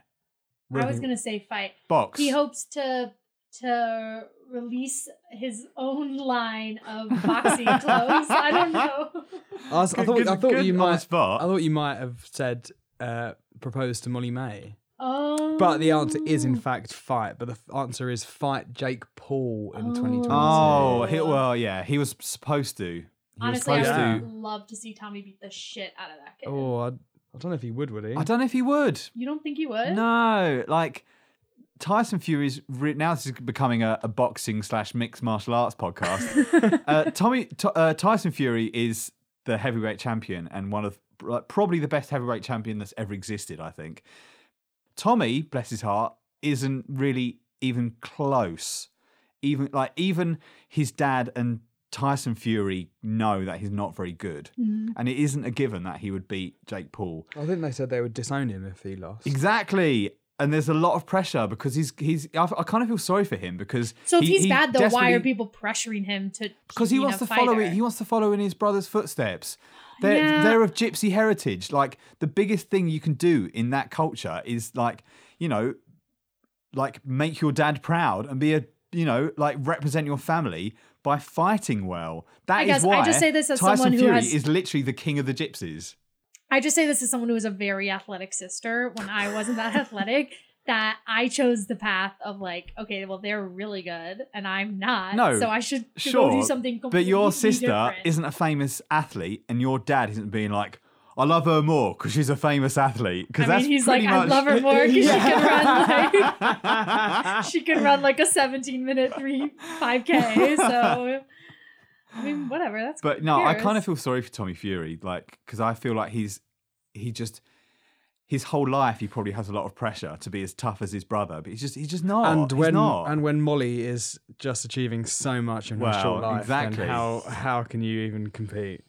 S1: I was gonna say fight.
S8: box.
S1: He hopes to to release his own line of boxing clothes. I don't know.
S9: I, was- I
S8: Good-
S9: thought,
S8: good-
S9: I thought
S8: good
S9: you
S8: on the
S9: might.
S8: spot.
S9: I thought you might have said uh, propose to Molly May,
S1: Oh,
S9: but the answer is in fact fight. But the f- answer is fight Jake Paul in 2022.
S8: Oh, he, well, yeah, he was supposed to. He
S1: honestly,
S8: was
S1: I
S8: supposed
S9: Yeah.
S1: would
S8: to.
S1: love to see Tommy beat the shit out of that kid.
S9: Oh, I, I don't know if he would. Would he?
S8: I don't know if he would.
S1: You don't think he would?
S8: No, like Tyson Fury's re- now this is becoming a, a boxing slash mixed martial arts podcast. uh, Tommy T- uh, Tyson Fury is the heavyweight champion and one of like, probably the best heavyweight champion that's ever existed. I think Tommy, bless his heart, isn't really even close. Even like even his dad and Tyson Fury know that he's not very good, and it isn't a given that he would beat Jake Paul.
S9: I think they said they would disown him if he lost.
S8: Exactly. And there's a lot of pressure because he's he's. I, I kind of feel sorry for him because.
S1: So if
S8: he-
S1: he's
S8: he
S1: bad, though, why are
S8: desperately-
S1: people pressuring him to?
S8: Because he wants to follow. He wants to follow in his brother's footsteps. They're
S1: Yeah.
S8: they're of gypsy heritage. Like the biggest thing you can do in that culture is like you know, like make your dad proud and be a you know like represent your family by fighting well. That
S1: I
S8: is
S1: guess I
S8: why
S1: just say this as
S8: Tyson
S1: someone who
S8: Fury
S1: has-
S8: is literally the king of the gypsies.
S1: I just say this as someone who was a very athletic sister when I wasn't that athletic. That I chose the path of like, okay, well, they're really good, and I'm not.
S8: No,
S1: so I should
S8: sure,
S1: go do something. Completely
S8: But your sister
S1: different.
S8: isn't a famous athlete, and your dad isn't being like, "I love her more because she's a famous athlete." Because
S1: I mean,
S8: that's
S1: he's like,
S8: pretty
S1: I
S8: much...
S1: love her more because she can run like
S8: run.
S1: she can run like a 17 minute three 5k. So, I mean, whatever. That's
S8: but no,
S1: who
S8: I
S1: cares?
S8: kind of feel sorry for Tommy Fury, like because I feel like he's he just his whole life he probably has a lot of pressure to be as tough as his brother, but he's just he's just not.
S9: and
S8: Oh, He's
S9: when
S8: not.
S9: and when Molly is just achieving so much in her
S8: Well,
S9: short life, then
S8: exactly.
S9: how how can you even compete?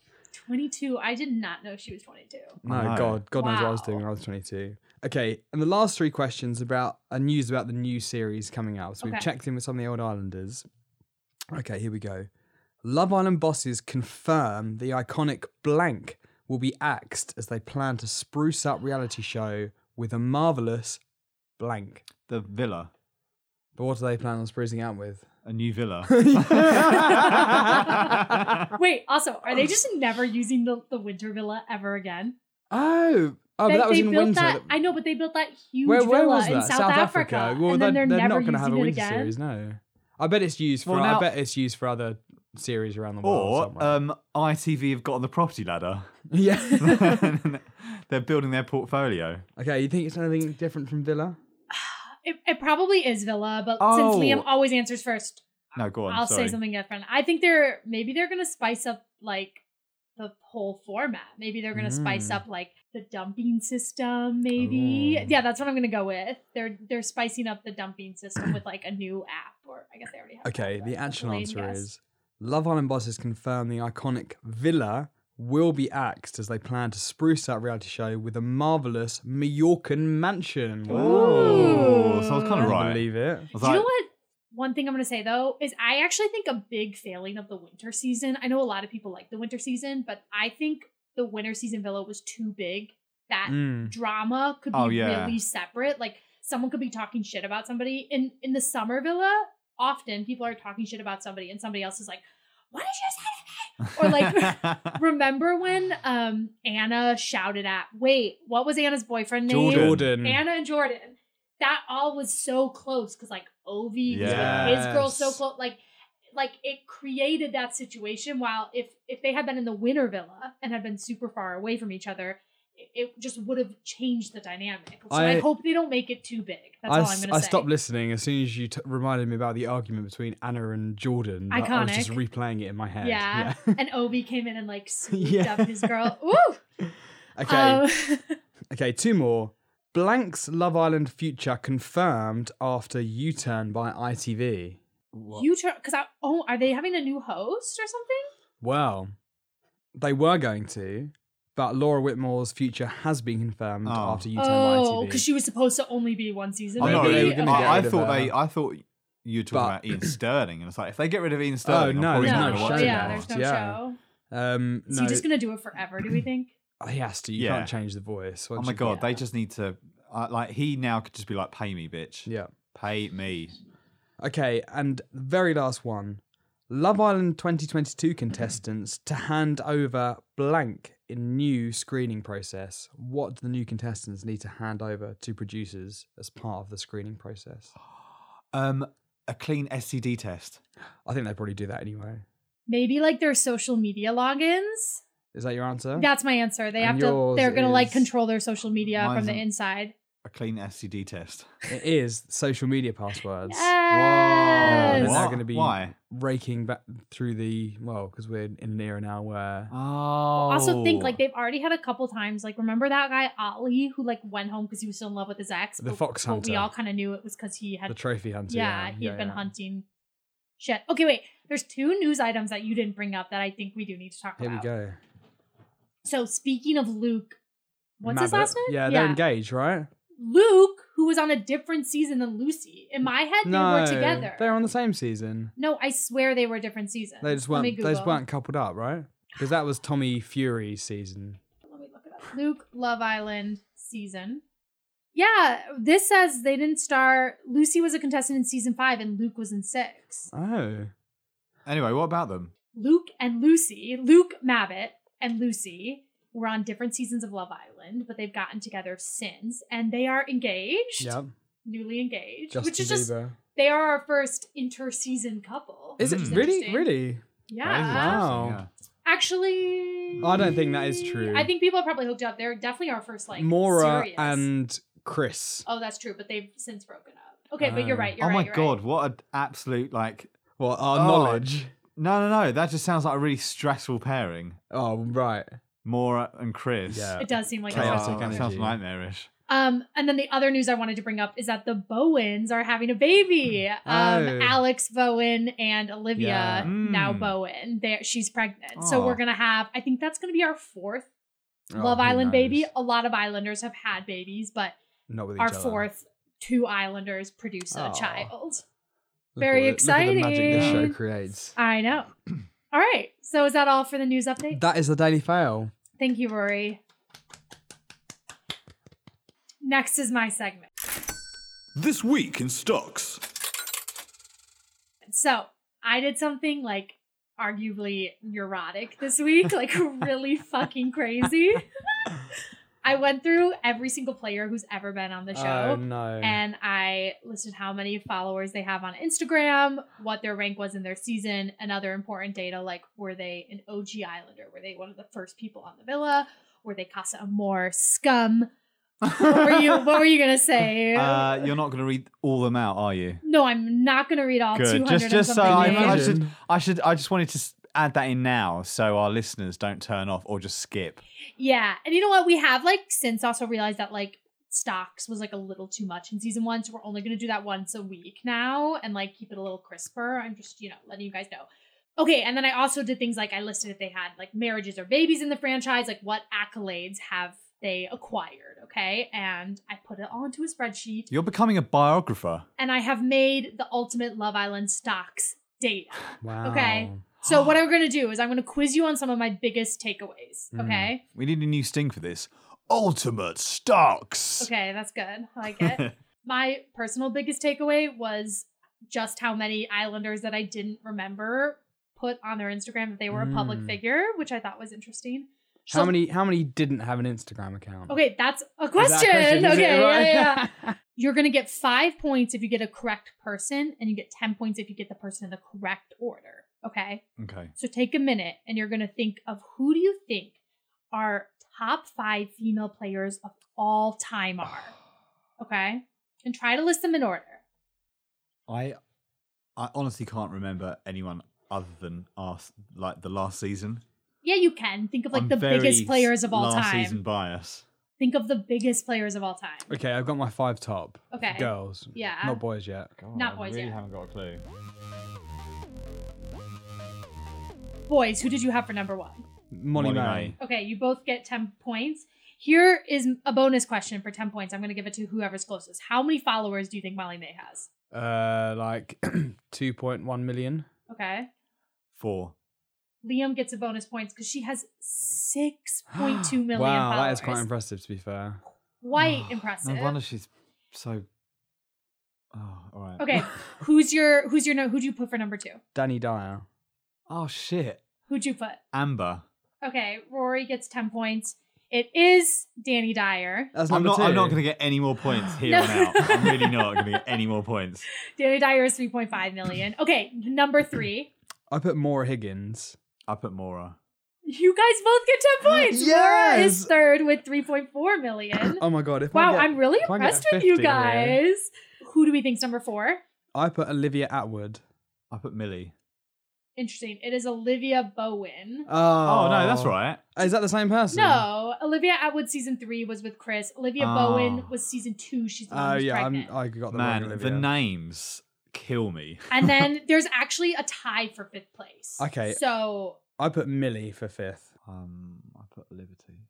S1: 22. I did not know she was 22.
S9: No,
S8: know.
S9: God, God knows what I was
S1: Wow.
S9: doing when I was twenty two. Okay, and the last three questions about are news about the new series coming out. So we've
S1: Okay.
S9: checked in with some of the old islanders. Okay, here we go. Love Island bosses confirm the iconic blank will be axed as they plan to spruce up reality show with a marvelous blank.
S8: the villa,
S9: But what do they plan on sprucing out with?
S8: a new villa.
S1: Wait, also, are they just never using the, the Winter Villa ever again?
S9: Oh, oh,
S1: they,
S9: but that was
S1: they
S9: in
S1: built
S9: winter.
S1: That, I know, but they built that huge
S9: where where
S1: villa
S9: was that?
S1: in South, Africa.
S9: Well,
S1: and
S9: they're,
S1: then they're,
S9: they're
S1: never
S9: not going to have a
S1: using it
S9: winter
S1: again.
S9: series. No, I bet it's used for.
S8: Well,
S9: I
S8: now-
S9: bet it's used for other series around the world.
S8: or
S9: somewhere.
S8: um, ITV have got on the property ladder.
S9: yeah.
S8: They're building their portfolio.
S9: okay, you think it's anything different from Villa?
S1: It, it probably is Villa, but
S8: Oh.
S1: since Liam always answers first,
S8: No, go on.
S1: I'll
S8: sorry.
S1: say something different. I think they're maybe they're gonna spice up like the whole format. Maybe they're gonna spice
S8: Mm.
S9: Hmm.
S1: up like the dumping system. Maybe
S9: Oh.
S8: Ooh.
S1: yeah, that's what I'm gonna go with. They're they're spicing up the dumping system with like a new app, or I guess they already have.
S9: Okay, the actual
S1: Lame
S9: answer
S1: guess.
S9: is Love Island bosses confirm the iconic villa will be axed as they plan to spruce up reality show with a marvelous Mallorcan mansion.
S8: Ooh, so I was kind of
S9: Couldn't
S8: right.
S9: Believe it.
S8: I was
S1: Do you know
S8: like,
S1: what? One thing I'm going to say though is I actually think a big failing of the winter season. I know a lot of people like the winter season, but I think the winter season villa was too big. That
S9: Hmm.
S8: Mm.
S1: drama could be
S8: Oh, yeah.
S1: really separate. Like someone could be talking shit about somebody in in the summer villa. Often people are talking shit about somebody, and somebody else is like, "What did you say to me?" Or like, remember when um Anna shouted at wait, what was Anna's boyfriend name?
S9: Jordan. Jordan.
S1: Anna and Jordan. That all was so close because like Ovi was with his
S9: Yes.
S1: girl so close. Like like it created that situation while if if they had been in the winter villa and had been super far away from each other, it, it just would have changed the dynamic. So I,
S9: I-
S1: hope they don't make it too big. That's
S9: I,
S1: all
S9: s-
S1: I'm gonna
S9: I
S1: say.
S9: stopped listening as soon as you t- reminded me about the argument between Anna and Jordan. I- I was just
S1: Iconic.
S9: replaying it in my head.
S1: yeah. and Ovi came in and like swooped
S9: Yeah.
S1: up his girl. Ooh.
S9: Yeah. Okay.
S1: Um,
S9: Okay, two more. Blank's Love Island future confirmed after U turn by ITV.
S1: You turn because I oh are they having a new host or something?
S9: Well, they were going to, but Laura Whitmore's future has been confirmed after U turn
S1: oh,
S9: by ITV.
S1: because she was supposed to only be one season.
S9: Oh,
S8: I'm not
S1: maybe?
S8: really.
S9: gonna
S8: I,
S9: get
S8: I
S9: rid of
S8: thought
S9: her.
S8: they. I thought you were talking about Ian Sterling, and it's like if they get rid of Ian
S9: Oh
S8: Sterling, I'm
S9: no,
S8: probably
S9: there's
S8: not
S9: no,
S8: gonna
S9: show.
S8: watch it.
S1: Yeah,
S9: now.
S1: there's no show.
S9: Um,
S1: Is
S9: no,
S1: he just gonna do it forever? Do we think?
S9: he has to. You
S8: Yeah.
S9: can't change the voice.
S8: Oh
S9: Once
S8: my
S9: you-
S8: god, they just need to. I like he now could just be like, "Pay me, bitch.
S9: Yeah.
S8: Pay me."
S9: Okay, and very last one. Love Island 2022 contestants to hand over blank in new screening process. What do the new contestants need to hand over to producers as part of the screening process?
S8: Um, a clean STD test.
S9: I think they probably do that anyway.
S1: Maybe like their social media logins.
S9: Is that your answer?
S1: That's my answer. They
S9: And
S1: have to.
S9: yours
S1: They're gonna like
S9: is-
S1: control their social media
S8: Mine's
S1: from the
S8: an-
S1: inside.
S8: A clean STD test.
S9: It is social media passwords.
S1: Yes.
S9: They're now
S8: What?
S9: going to be
S8: Why?
S9: raking back through the well because we're in an era now where
S1: Uh,
S8: Oh.
S1: Also think like they've already had a couple times. Like remember that guy Ollie who like went home because he was still in love with his ex.
S9: The
S1: but-
S9: fox
S1: but We
S9: hunter.
S1: all kind of knew it was because he had
S9: the trophy hunter.
S1: yeah, he had been hunting shit. Okay, wait. There's two news items that you didn't bring up that I think we do need to talk
S9: Here we
S1: about.
S9: go.
S1: So speaking of Luke, what's his
S9: Mabbitt.
S1: last name?
S9: Yeah, they're engaged, right?
S1: Luke, who was on a different season than Lucy. In my head, they were together.
S9: They're on the same season.
S1: No, I swear they were different seasons.
S9: They just
S1: Let me
S9: weren't. They just
S1: Google.
S9: weren't coupled up, right? Because that was Tommy Fury's season.
S1: Luke Love Island season. Yeah, this says they didn't star. Lucy was a contestant in season five, and Luke was in six.
S9: Oh,
S8: Anyway, what about them?
S1: Luke and Lucy, Luke Mabbitt and Lucy were on different seasons of Love Island, but they've gotten together since and they are engaged,
S9: yeah.
S1: newly engaged,
S9: Justin
S1: which is just
S9: Bieber.
S1: they are our first inter-season couple.
S9: Is it
S1: which
S9: really?
S1: interesting.
S9: Hmm. Really?
S1: Yeah.
S9: Wow.
S1: Actually,
S9: Oh, I don't think that is true.
S1: I think people probably hooked up. They're definitely our first like
S9: Mora
S1: serious-
S9: and Chris.
S1: Oh, that's true, but they've since broken up. Okay, but you're
S9: Oh.
S1: right. You're
S8: Oh
S1: right,
S8: my
S1: you're
S8: god,
S1: right.
S8: what an absolute like.
S9: Well, our
S8: Oh.
S9: knowledge.
S8: No, no, no. That just sounds like a really stressful pairing.
S9: Oh, right.
S8: Mora and Chris.
S9: Yeah.
S1: It does seem like a
S9: Chaotic
S1: stressful
S8: Oh, that sounds
S9: energy.
S8: nightmarish.
S1: Um, and then the other news I wanted to bring up is that the Bowens are having a baby. Um,
S9: Oh.
S1: Alex Bowen and Olivia
S9: Yeah.
S1: now
S9: Hmm.
S8: Mm.
S1: Bowen. They she's pregnant, so
S8: Aw.
S1: we're gonna have. I think that's gonna be our fourth
S9: Oh,
S1: Love
S9: who
S1: Island baby.
S9: knows?
S1: A lot of Islanders have had babies, but
S9: Not with each
S1: our
S9: other.
S1: fourth two Islanders produce a
S9: Aw.
S1: child.
S9: Look
S1: very
S9: at all the- Look at the magic this show
S1: exciting.
S9: creates.
S1: I know. All right, so is that all for the news update?
S9: That is the Daily Fail.
S1: Thank you, Rory. Next is my segment.
S10: This week in stocks.
S1: So I did something like arguably neurotic this week, like really fucking crazy. I went through every single player who's ever been on the
S9: Oh
S1: show.
S9: no.
S1: And I listed how many followers they have on Instagram, what their rank was in their season, and other important data like were they an OG Islander? Were they one of the first people on the villa? Were they Casa Amor scum? what were you What were you gonna say?
S8: Uh, you're not going to read all them out, are you?
S1: no, I'm not gonna read all two
S8: Good.
S1: hundred.
S8: Just, uh, just so
S1: something
S8: I, I
S1: names.
S8: should, I should, I just wanted to s- add that in now, so our listeners don't turn off or just skip.
S1: Yeah. And you know what? We have like since also realized that like stocks was like a little too much in season one. So we're only going to do that once a week now and like keep it a little crisper. I'm just, you know, letting you guys know. Okay. And then I also did things like I listed if they had like marriages or babies in the franchise, like what accolades have they acquired. Okay. And I put it all into a spreadsheet
S8: You're becoming a biographer.
S1: and I have made the ultimate Love Island stocks data.
S8: Wow.
S1: Okay. So what I'm going to do is I'm going to quiz you on some of my biggest takeaways.
S8: Mm.
S1: Okay.
S8: We need a new sting for this. Ultimate stocks.
S1: Okay, that's good. I like it. My personal biggest takeaway was just how many Islanders that I didn't remember put on their Instagram that they were a public
S9: Mm.
S1: figure, which I thought was interesting.
S9: How many? How many didn't have an Instagram account?
S1: Okay, that's a
S9: that a
S1: question.
S9: question? Is it
S1: Okay, yeah,
S9: right?
S1: yeah, yeah. You're gonna get five points if you get a correct person, and you get ten points if you get the person in the correct order. Okay.
S8: Okay.
S1: So take a minute and you're going to think of who do you think our top five female players of all time are. Okay. And try to list them in order.
S8: I, I honestly can't remember anyone other than our like the last season.
S1: Yeah, you can. Think of like
S8: I'm
S1: the
S8: very
S1: biggest players of all
S8: last
S1: time.
S8: season bias.
S1: Think of the biggest players of all time.
S9: Okay, I've got my five top.
S1: Okay.
S9: Girls.
S1: Yeah.
S9: Not boys yet.
S1: Not I boys really yet.
S8: haven't got a clue.
S1: Boys, who did you have for number one?
S9: Molly,
S8: Molly
S9: May.
S1: Okay, you both get 10 points. Here is a bonus question for 10 points. I'm going to give it to whoever's closest. How many followers do you think Molly May has?
S9: Uh, like 2.1 million.
S1: Okay.
S8: Four.
S1: Liam gets a bonus points because she has 6.2 million
S9: wow,
S1: followers.
S9: that is quite impressive. To be fair.
S1: Quite impressive.
S8: No wonder she's so. Oh, all right.
S1: Okay, who's your who's your no? Who'd you put for number two?
S9: Danny Dyer.
S8: Oh shit,
S1: Who'd you put?
S8: Amber.
S1: Okay, Rory gets ten points. It is Danny Dyer.
S9: That's
S8: I'm
S9: number
S8: not.
S9: two.
S8: I'm not going to get any more points here
S1: No.
S8: and out. I'm really not going to get any more points.
S1: Danny Dyer is three point five million. Okay, number three.
S9: I put Maura Higgins.
S8: I put Mora.
S1: You guys both get ten points. Laura is
S9: Uh, Yes!
S1: third with three point four million.
S9: Oh my god! If
S1: Wow,
S9: I get,
S1: I'm really
S9: if I get
S1: impressed
S9: a
S1: with you
S9: 50 here-
S1: guys. Who do we think's number four?
S9: I put Olivia Atwood.
S8: I put Millie.
S1: Interesting. It is Olivia Bowen.
S9: Oh,
S8: Oh no, that's right.
S9: Is that the same person?
S1: No, Olivia Atwood season three was with Chris. Olivia
S8: Oh.
S1: Bowen was season two. She's the
S9: Oh
S1: one who's
S9: Ah. yeah, I'm,
S1: pregnant.
S9: I got the wrong
S8: Man,
S9: Olivia.
S8: the names kill me.
S1: and then there's actually a tie for fifth place.
S9: Okay.
S1: So
S9: I put Millie for fifth.
S8: Um, I put Liberty.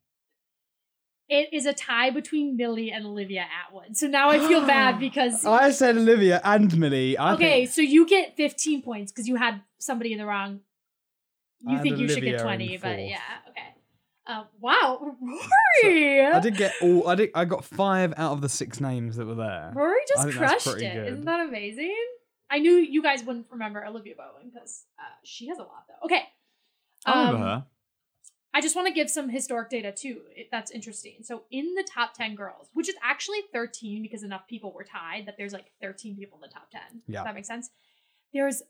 S1: it is a tie between Millie and Olivia Atwood. So now I feel bad because
S9: I said Olivia and Millie. I
S1: okay,
S9: think
S1: so you get 15 points because you had somebody in the wrong. You
S9: And
S1: think you should get
S9: Olivia
S1: 20,
S9: in
S1: but
S9: fourth.
S1: yeah, okay. Uh, wow, Rory!
S9: I did get all. I did. I got five out of the six names that were there.
S1: Rory
S9: I
S1: just
S9: think that's
S1: crushed it.
S9: pretty good.
S1: not that amazing? I knew you guys wouldn't remember Olivia Bowen because uh, she has a lot though. Okay.
S8: I remember
S1: Um,
S8: her.
S1: I just want to give some historic data too. It- That's interesting. So in the top 10 girls, which is actually 13 because enough people were tied that there's like 13 people in the top 10.
S9: Yeah.
S1: Does that make sense? There's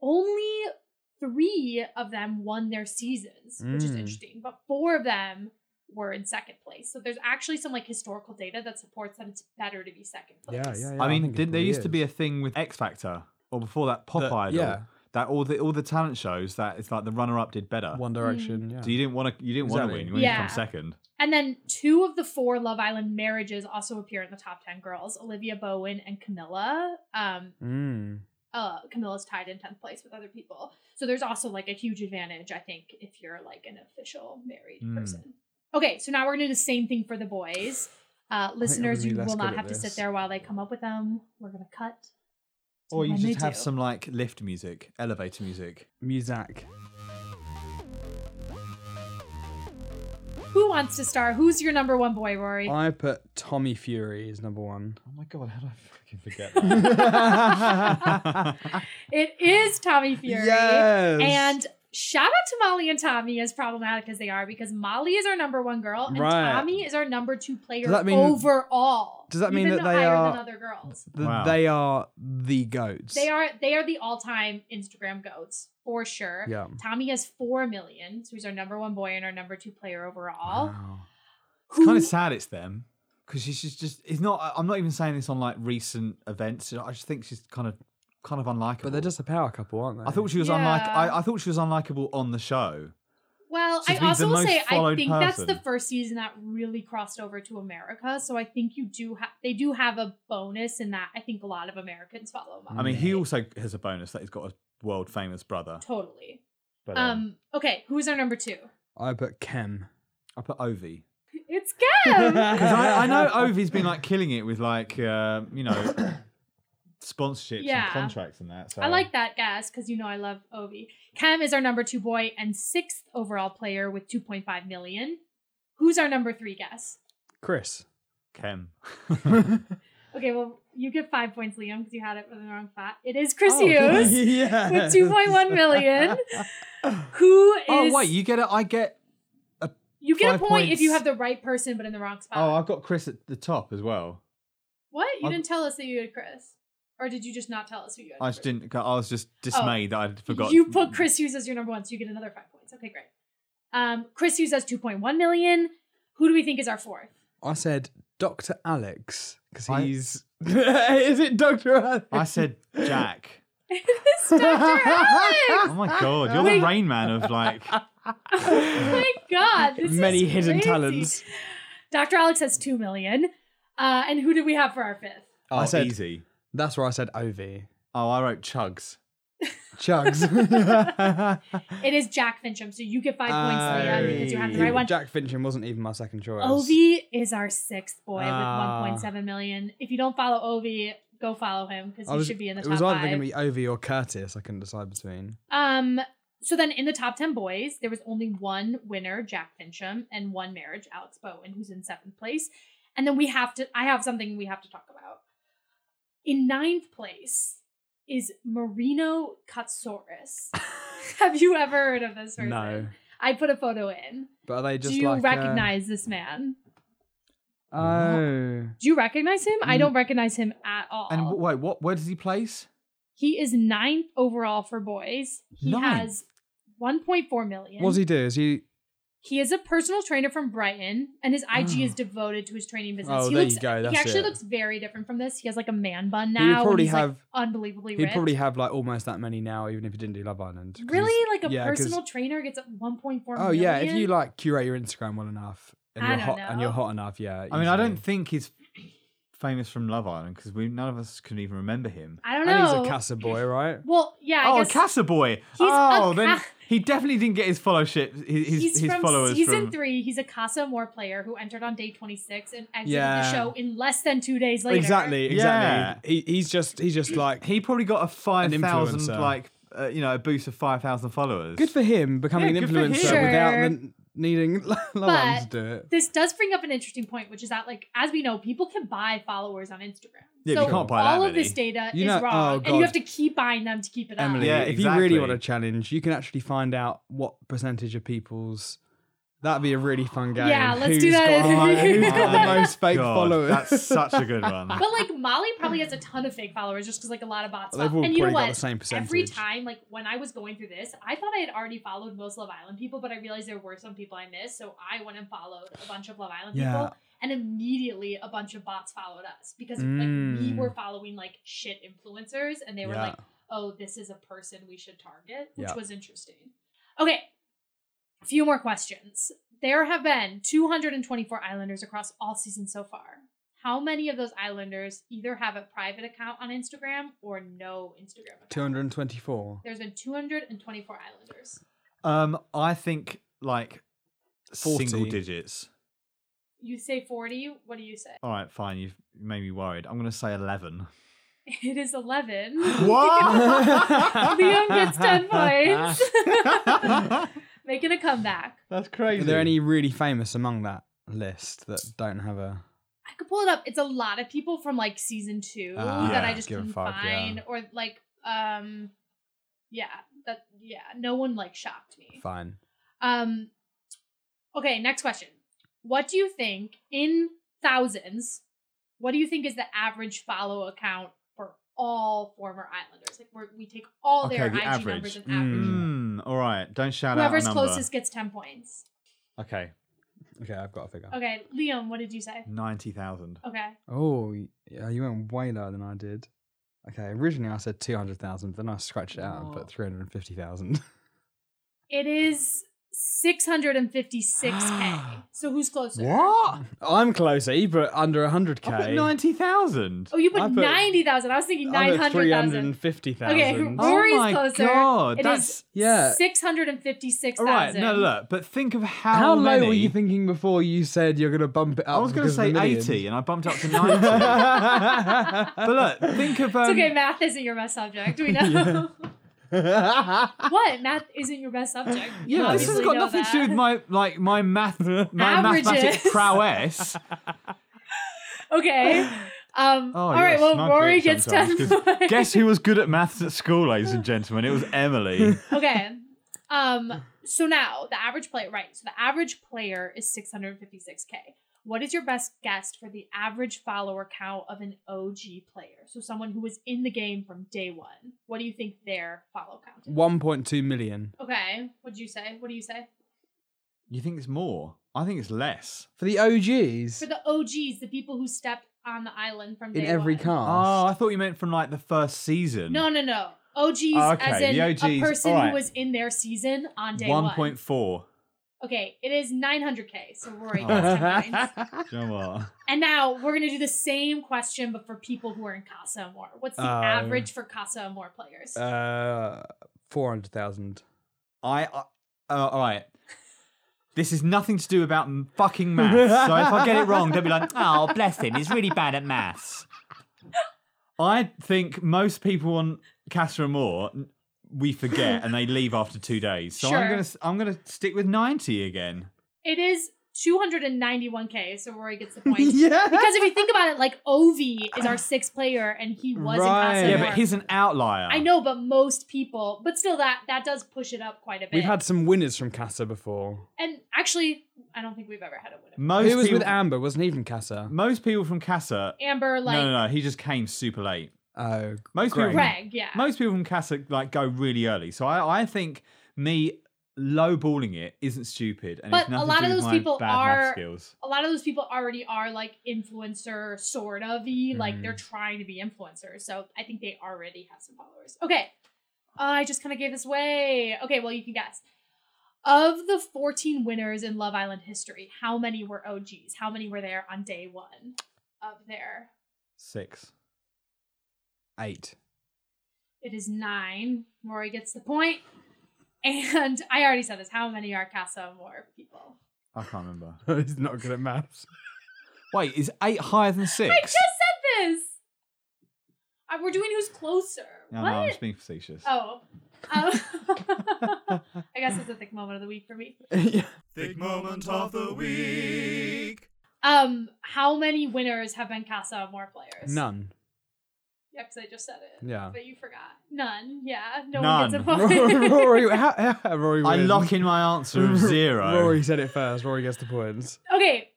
S1: only three of them won their seasons, which is
S9: Mm.
S1: interesting, but four of them were in second place. So there's actually some like historical data that supports that it's better to be second place.
S9: Yeah, yeah, yeah.
S8: I mean,
S9: think it
S8: did there
S9: probably
S8: used to
S9: is.
S8: be a thing with X Factor or before that Pop
S9: That-
S8: Idol?
S9: yeah.
S8: That all the all the talent shows that it's like the runner up did better.
S9: One Direction? Yeah.
S8: So you didn't want to you didn't want to
S9: Exactly.
S8: win. You wanted to
S1: Yeah.
S8: come second.
S1: And then two of the four Love Island marriages also appear in the top 10 girls, Olivia Bowen and Camilla. Um,
S9: Mm.
S1: uh Camilla's tied in 10th place with other people. So there's also like a huge advantage, I think, if you're like an official married
S9: Hmm.
S8: Mm.
S1: person. Okay, so now we're gonna do the same thing for the boys. Uh, listeners,
S9: gonna
S1: you
S9: be less
S1: will not
S9: good at
S1: have to sit
S9: this.
S1: there while they come up with them. We're gonna cut. to
S8: Or you
S1: when they
S8: just have
S1: do.
S8: some like lift music, elevator music.
S9: Muzak.
S1: Who wants to star? Who's your number one boy, Rory?
S9: I put Tommy Fury as number one.
S8: Oh my god, how did I fucking forget that?
S1: It is Tommy Fury.
S9: Yes.
S1: And shout out to Molly and Tommy, as problematic as they are, because Molly is our number one girl and
S9: Right.
S1: Tommy is our number two player
S9: Does that mean-
S1: overall.
S9: does that mean
S1: even
S9: that they
S1: higher than
S9: are-
S1: other girls?
S9: Th-
S8: Wow.
S9: They are the goats.
S1: They are they are the all time Instagram goats for sure.
S9: Yeah.
S1: Tommy has four million, so he's our number one boy and our number two player overall.
S9: Wow.
S1: Who
S8: kind of sad it's them. because she's just, just it's not i'm not even saying this on like recent events i just think she's kind of kind of unlikable
S9: but they're just a power couple aren't they
S8: i thought she was
S1: Yeah.
S8: unlike I, I thought she was unlikable on the show
S1: Well,
S8: She's
S1: I
S8: the
S1: also will
S8: most
S1: say I
S8: followed
S1: think that's the
S8: person.
S1: first season that really crossed over to America, so I think you do have they do have a bonus in that. I think a lot of Americans follow. Modern
S8: i mean he
S1: Day.
S8: also has a bonus that he's got a world famous brother
S1: totally.
S8: but um,
S1: Um. Okay, who's our number two?
S9: i put kem
S8: i put ovi
S1: It's Kev.
S8: because I, I know ovi's been like killing it with like uh, you know sponsorships
S1: Yeah.
S8: and contracts and that so
S1: I like that, Gaz, because you know I love Ovi. Cam is our number two boy and sixth overall player with 2.5 million. Who's our number three, Gaz?
S9: chris
S8: kem
S1: Okay, well, you get five points, Liam, because you had it for the wrong spot. It is
S9: Oh,
S1: Chris
S8: Oh,
S1: Hughes
S9: yeah
S1: with 2.1 million. Who is.
S8: oh wait you get it i get
S1: you get a
S8: five
S1: point if
S8: points.
S1: you have the right person but in the wrong spot.
S8: oh i've got chris at the top as well
S1: what? You
S8: I-
S1: didn't tell us that you had Chris. Or did you just not tell us who you had?
S8: I just
S1: Chris?
S8: didn't. I was just dismayed that I'd forgotten.
S1: Oh. You put Chris Hughes as your number one, so you get another five points. Okay, great. Um, Chris Hughes has 2.1 million. Who do we think is our fourth?
S9: i said dr alex because
S8: I-
S9: he's is it dr alex
S8: I said Jack.
S1: It's Dr. Alex!
S8: oh my god, you're
S1: Wait.
S8: the Rain Man of like.
S1: Oh my god, this
S9: Many
S1: is
S9: hidden
S1: crazy.
S9: talents.
S1: Dr. Alex has two million. Uh, and who do we have for our fifth?
S8: Oh,
S9: I said-
S8: easy.
S9: that's where i said ov
S8: Oh, I wrote Chugs.
S9: chugs
S1: It is Jack Fincham, so you get five points, Leah, because you have the
S9: Hey.
S1: right one.
S9: Oh, Jack Fincham wasn't even my second choice.
S1: Ovi is our sixth boy
S9: Ah.
S1: with 1.7 million. If you don't follow Ovi, go follow him because
S9: I
S1: he
S9: was-
S1: should be in the
S9: It
S1: top
S9: was either
S1: five.
S9: going to be Ovi or Curtis. I couldn't decide between.
S1: Um, so then in the top 10 boys, there was only one winner, Jack Fincham, and one marriage, Alex Bowen, who's in seventh place. And then we have to, I have something we have to talk about. In ninth place is Marino Katsoris. have you ever heard of this person?
S9: No,
S1: I put a photo in.
S9: but are they just
S1: Do you
S9: like, uh,
S1: recognize this man?
S9: oh,
S1: Do you recognize him? I
S8: Mm.
S1: don't recognize him at all.
S8: And w- wait, what? Where does he place?
S1: he is ninth overall for boys. He
S8: Ninth?
S1: has 1.4 million.
S9: what does he do? Is he?
S1: He is a personal trainer from Brighton, and his IG is devoted to his training business.
S9: Mm. Oh,
S1: he
S9: there
S1: looks,
S9: you go,
S1: he
S9: that's
S1: actually
S9: it.
S1: looks very different from this. He has like a man bun
S9: He
S1: now.
S9: would
S1: and
S9: probably
S1: he's, like,
S9: have-
S1: unbelievably
S9: He'd
S1: rich.
S9: probably have like almost that many now, even if he didn't do Love Island. 'cause he's-
S1: really like a
S9: yeah, 'cause-
S1: personal trainer gets one point four
S9: Oh
S1: million.
S9: yeah, if you like curate your Instagram well enough and
S1: I
S9: you're
S1: don't
S9: hot and
S1: know.
S9: you're hot enough, yeah.
S8: I mean, I don't
S9: easily.
S8: think he's famous from Love Island because we none of us can even remember him.
S1: I don't
S9: And
S1: know.
S9: he's a Casa boy, right?
S1: Well, yeah. I
S8: oh, a
S1: guess
S8: Casa boy.
S1: a
S8: Oh, then
S1: Ca-
S8: he definitely didn't get his followership. His his,
S1: he's
S8: his
S1: from
S8: followers
S1: season
S8: from.
S1: three. He's a Casa More player who entered on day twenty six and exited the
S9: Yeah.
S1: show in less than two days later.
S9: Exactly, exactly. He, he's just he's just like
S8: He probably got a five thousand
S9: influencer.
S8: like uh, you know a boost of five thousand followers.
S9: good for him becoming
S8: Yeah,
S9: an
S8: good for him.
S9: influencer
S1: Sure.
S9: without the, needing Love Island to do it.
S1: This does bring up an interesting point, which is that, like, as we know, people can buy followers on Instagram.
S8: Yeah,
S1: so
S8: you can't buy that
S1: all of this
S8: many.
S1: data
S9: You
S1: is
S9: know-
S1: wrong,
S9: oh,
S1: and you
S9: God.
S1: have to keep buying them to keep it
S9: Emily,
S1: up.
S8: Yeah,
S9: if you really
S8: exactly.
S9: want a challenge, you can actually find out what percentage of people's. That'd be a really fun game.
S1: Yeah, let's do
S9: Who's
S1: that
S9: Got
S1: as-
S9: the mo- who's got
S8: Oh my
S9: the most fake
S8: God,
S9: followers?
S8: That's such a good one.
S1: But like Molly probably has a ton of fake followers just because like a lot of bots.
S9: They've
S1: follow-
S9: all
S1: and you know
S9: probably got
S1: what?
S9: the same
S1: Every
S9: percentage.
S1: time, like when I was going through this, I thought I had already followed most Love Island people, but I realized there were some people I missed, so I went and followed a bunch of Love Island
S9: Yeah.
S1: people, and immediately a bunch of bots followed us because like we
S9: Mm.
S1: were following like shit influencers, and they were
S9: Yeah.
S1: like, "Oh, this is a person we should target," which
S9: Yeah.
S1: was interesting. Okay, a few more questions. There have been 224 Islanders across all seasons so far. How many of those Islanders either have a private account on Instagram or no Instagram account?
S9: 224.
S1: There's been 224 Islanders.
S8: Um, I think like
S9: 40.
S8: single digits.
S1: You say 40. What do you say?
S8: All right, fine. You've made me worried. I'm gonna say eleven.
S1: It is 11.
S8: Liam
S1: Liam gets 10 points. Making a comeback.
S8: That's crazy.
S9: Are there any really famous among that list that don't have a.
S1: I could pull it up. It's a lot of people from like season two
S9: Ah,
S1: that
S8: yeah,
S1: I just
S9: give a
S1: couldn't
S9: fuck, yeah.
S1: find, or like, um, yeah, that yeah, no one like shocked me.
S9: Fine.
S1: Um, okay, next question. What do you think in thousands? What do you think is the average follow account for all former Islanders? Like we're, we take all their
S8: Okay, the
S1: IG numbers
S8: average.
S1: and average.
S9: Mm.
S8: Hmm. Mm, all right. Don't shout
S1: Whoever's
S8: out a number.
S1: closest gets ten points.
S8: Okay.
S9: Okay, I've got a figure.
S1: Okay, Liam, what did you say?
S8: 90,000.
S1: Okay.
S9: Oh, y- yeah, you went way lower than I did. Okay, originally I said 200,000, then I scratched it out and put 350,000.
S1: It is 656k.
S8: Ah.
S1: so who's closer?
S9: Oh, I'm closer. You put under 100k.
S8: I put 90,000.
S1: Oh, you
S9: I
S1: put,
S9: put-
S1: 90,000. I was thinking
S9: I'm at
S1: 900,000.
S9: 350,000.
S1: Okay,
S8: Oh
S1: Rory's closer. It is
S9: yeah.
S1: 656,000.
S8: All right, no, look, but think of how,
S9: How
S8: many.
S9: low were you thinking before you said you're going to bump it up?
S8: I was going to
S9: because of
S8: say
S9: the million?
S8: 80 and I bumped up to 90. but look, think of.
S1: It's
S8: Um,
S1: okay, math isn't your best subject. We know. what? Math isn't your best subject. You
S8: Yeah, this has
S1: obviously
S8: got
S1: know
S8: nothing
S1: that.
S8: to do with my like my math my mathematic
S1: Averages.
S8: prowess.
S1: Okay. Um,
S8: Oh,
S1: all right,
S8: yes,
S1: well,
S8: I'm
S1: Rory
S8: great
S1: gets 10
S8: sometimes, 'cause
S1: points.
S8: Guess who was good at maths at school, ladies and gentlemen? It was Emily.
S1: okay. Um, so now the average player, right? So the average player is 656k. What is your best guess for the average follower count of an OG player? So someone who was in the game from day one. What do you think their follow count?
S9: 1.2 million.
S1: Okay, what'd you say? What do you say?
S8: you think it's more? I think it's less.
S9: For the OGs
S1: For the OGs, the people who stepped on the island from
S9: in
S1: day
S9: every
S1: one.
S9: cast.
S8: Oh, I thought you meant from like the first season.
S1: No, no, no. OGs
S8: Oh,
S1: as
S8: okay,
S1: in
S8: the
S1: a
S8: OGs,
S1: person
S8: all right.
S1: who was in their season on day one.
S8: One point four.
S1: Okay, it is 900k. So Rory
S8: Oh.
S1: gets 10 points.
S8: Do you know what?
S1: And now we're gonna do the same question, but for people who are in Casa Amor. What's the
S9: Uh,
S1: average for Casa Amor players?
S9: Uh, 400,000.
S8: I uh, uh, all right. This is nothing to do about m- fucking maths. So if I get it wrong, don't be like, oh, bless him, he's really bad at maths. I think most people on Casa Amor n- we forget and they leave after two days. So
S1: Sure.
S8: I'm gonna s- I'm gonna stick with ninety again.
S1: it is 291k. So Rory gets the point. Because if you think about it, like Ovi is our sixth player, and he was in Casa
S8: Yeah,
S1: Amor.
S8: but he's an outlier.
S1: I know, but most people, but still, that that does push it up quite a bit.
S9: We've had some winners from Casa before.
S1: and actually, I don't think we've ever had a winner.
S8: Most
S9: Who was
S8: people,
S9: with Amber? Wasn't he from Casa?
S8: most people from Casa.
S1: Amber, like
S8: no, no, no. He just came super late.
S9: Oh,
S8: Most people
S9: Greg.
S8: from
S1: Greg, yeah.
S8: Most people from Casa like go really early, so I, I think me lowballing it isn't stupid, and
S1: But
S8: it's
S1: a
S8: nothing
S1: lot
S8: to
S1: of
S8: do with
S1: those
S8: my
S1: people
S8: bad
S1: are-
S8: math skills.
S1: a lot of those people already are like influencer sort of y, like they're trying to be influencers. So I think they already have some followers. Okay. I just kind of gave this away. Okay, well, you can guess. Of the 14 winners in Love Island history, how many were OGs? How many were there on day one of their?
S8: Six.
S9: eight.
S1: It is nine. Rory gets the point. And I already said this. How many are Casa Amor people?
S8: I can't remember.
S9: He's not good at maths.
S8: Wait, is eight higher than six?
S1: I just said this. Uh, We're doing who's closer.
S8: no,
S1: what?
S8: no, I'm just being facetious.
S1: Oh. Um, I guess it's a thick moment of the week for me.
S10: Thick moment of the week.
S1: Um, how many winners have been Casa Amor players?
S9: None.
S1: Yeah, because I just said it.
S9: Yeah.
S1: But you forgot. None. Yeah. No one
S8: None.
S1: gets a point.
S9: Rory, how, how, Rory
S8: I
S9: wins.
S8: lock in my answer of zero.
S9: Rory said it first. Rory gets the points.
S1: okay.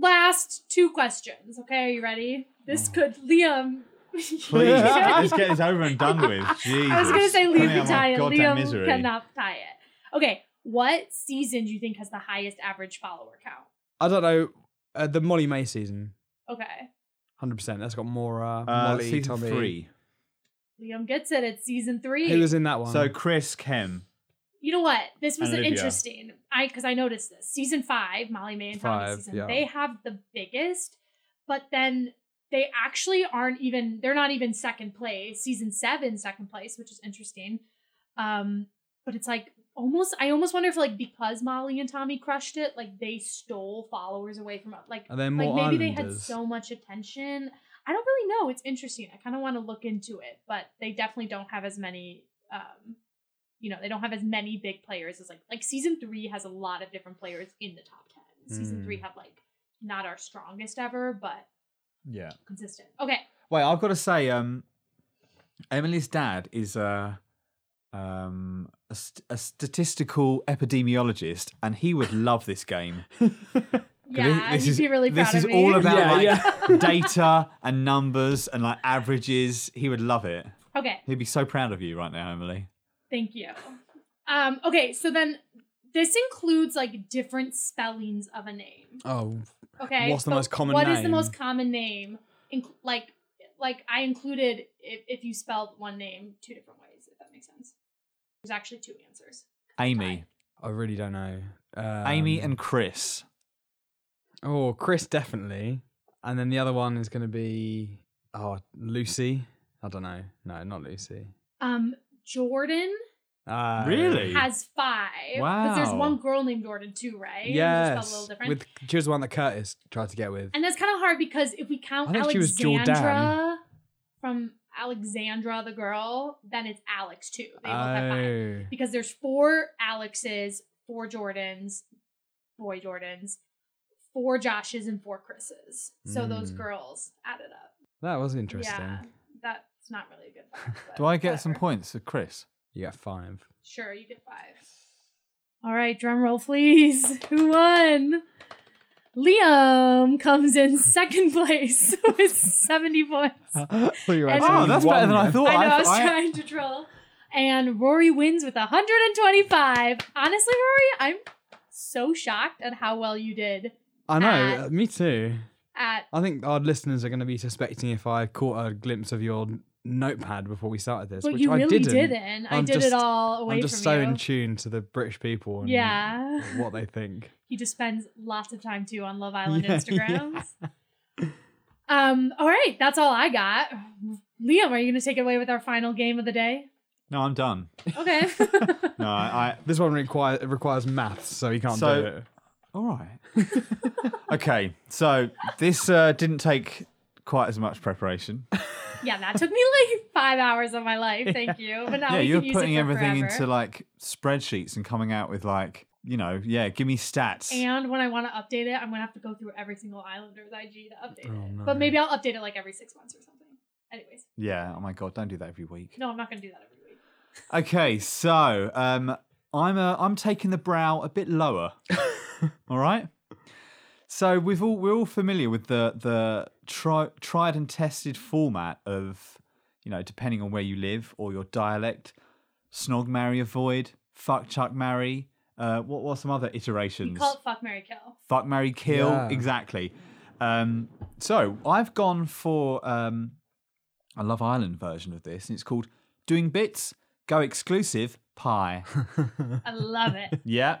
S1: Last two questions. Okay, are you ready? This could Liam.
S8: Please, let's get this over and done with. Jesus.
S1: I was gonna say
S8: Coming
S1: Liam
S8: out
S1: can
S8: of
S1: tie
S8: my
S1: it.
S8: goddamn
S1: Liam
S8: misery.
S1: cannot tie it. Okay. What season do you think has the highest average follower count?
S9: I don't know. Uh, the Molly May season,
S1: Okay.
S9: 100%. That's got Mora,
S8: Uh,
S9: Molly,
S8: season
S9: Tommy.
S8: three.
S1: Liam gets it. It's season three.
S9: Who was in that one?
S8: So Chris Kem.
S1: You know what? This was
S8: And Olivia.
S1: interesting. I because I noticed this season five, Molly May and Tommy
S9: Five,
S1: season.
S9: yeah.
S1: They have the biggest, but then they actually aren't even. They're not even second place. Season seven, second place, which is interesting. Um, but it's like almost. I almost wonder if like because Molly and Tommy crushed it, like they stole followers away from like
S9: Are there
S1: like
S9: more
S1: maybe they had
S9: Islanders?
S1: so much attention. I don't really know. It's interesting. I kind of want to look into it, but they definitely don't have as many. Um, you know, they don't have as many big players as like like season three has a lot of different players in the top ten. Season
S9: Mm.
S8: Hmm.
S1: three had like not our strongest ever, but
S8: Yeah.
S1: consistent. Okay,
S8: Wait, I've got to say, um, Emily's dad is a, um, a, st- a statistical epidemiologist, and he would love this game. 'Cause
S1: yeah,
S8: this
S1: you'd
S8: is-
S1: be really
S8: This
S1: proud
S8: is
S1: of me.
S8: all about
S9: Yeah,
S8: like data and numbers and like averages. He would love it.
S1: okay,
S8: He'd be so proud of you right now, Emily.
S1: thank you. Um, okay, so then This includes like different spellings of a name.
S9: Oh,
S1: Okay.
S9: What's the
S1: so
S9: most common
S1: What is the
S9: name?
S1: most common name? Inc- like, like I included if, if you spelled one name two different ways, if that makes sense. There's actually two answers.
S8: Amy,
S9: I really don't know. Um,
S8: Amy and Chris.
S9: Oh, Chris definitely. And then the other one is going to be oh Lucy. I don't know. No, not Lucy.
S1: Um, Jordan
S9: Uh,
S1: has five. Because there's
S9: Wow.
S1: one girl named Jordan too, right? Just spelled a little
S9: Yes.
S1: different.
S9: With she was the one that Curtis tried to get with.
S1: and that's kind of hard because if we count
S9: I think she was Jordan.
S1: Alexandra from Alexandra the girl, then it's Alex too. They both have five.
S9: Oh.
S1: because there's four Alexes, four Jordans, boy Jordans, four Joshes, and four Chris's. So those
S8: Hmm.
S9: Mm.
S1: girls added up.
S9: That was interesting.
S1: Yeah, that's not really a good. One,
S8: Do I get some points for Chris?
S9: You got five.
S1: Sure, you get five. All right, drum roll, please. Who won? Liam comes in second place with 70 points. And-
S8: oh, that's better than I thought.
S1: I know, I, was
S8: thought-
S1: trying to troll. And Rory wins with 125. Honestly, Rory, I'm so shocked at how well you did
S9: I know. me too.
S1: at.
S9: I think our listeners are going to be suspecting if I caught a glimpse of your notepad before we started this,
S1: But
S9: which
S1: you
S9: I
S1: really
S9: didn't.
S1: didn't. I
S9: I'm
S1: did it
S9: just-
S1: all away
S9: I'm just
S1: from
S9: so
S1: you.
S9: in tune to the British people. And
S1: Yeah.
S9: What they think.
S1: He just spends lots of time too on Love Island
S9: Yeah,
S1: Instagrams. Um, all right, that's all I got. Liam, are you going to take it away with our final game of the day?
S8: No, I'm done.
S1: Okay.
S8: No, I.
S9: This one require, requires maths, so you can't
S8: So-
S9: do it.
S8: All right. okay, so this uh, didn't take quite as much preparation.
S1: yeah, that took me like five hours of my life. Thank you. But now
S8: yeah,
S1: we
S8: you're
S1: can use
S8: putting
S1: it for
S8: everything
S1: forever.
S8: into like spreadsheets and coming out with like, you know, yeah, give me stats.
S1: And when I want to update it, I'm gonna have to go through every single Islander's IG to update
S8: Oh,
S1: it.
S8: no.
S1: But maybe I'll update it like every six months or something. Anyways,
S8: yeah, oh my god, don't do that every week.
S1: no, I'm not gonna do that. Every-
S8: Okay, so um, I'm uh, I'm taking the brow a bit lower. all right. So we've all we're all familiar with the the tri- tried and tested format of you know depending on where you live or your dialect, snog marry avoid, fuck chuck marry. Uh, what what are some other iterations?
S1: we call it fuck Mary Kill.
S8: Fuck Mary Kill.
S9: Yeah.
S8: Exactly. Um, so I've gone for um, a Love Island version of this, and it's called Doing Bits, Go Exclusive, Pie.
S1: I love it.
S8: yeah.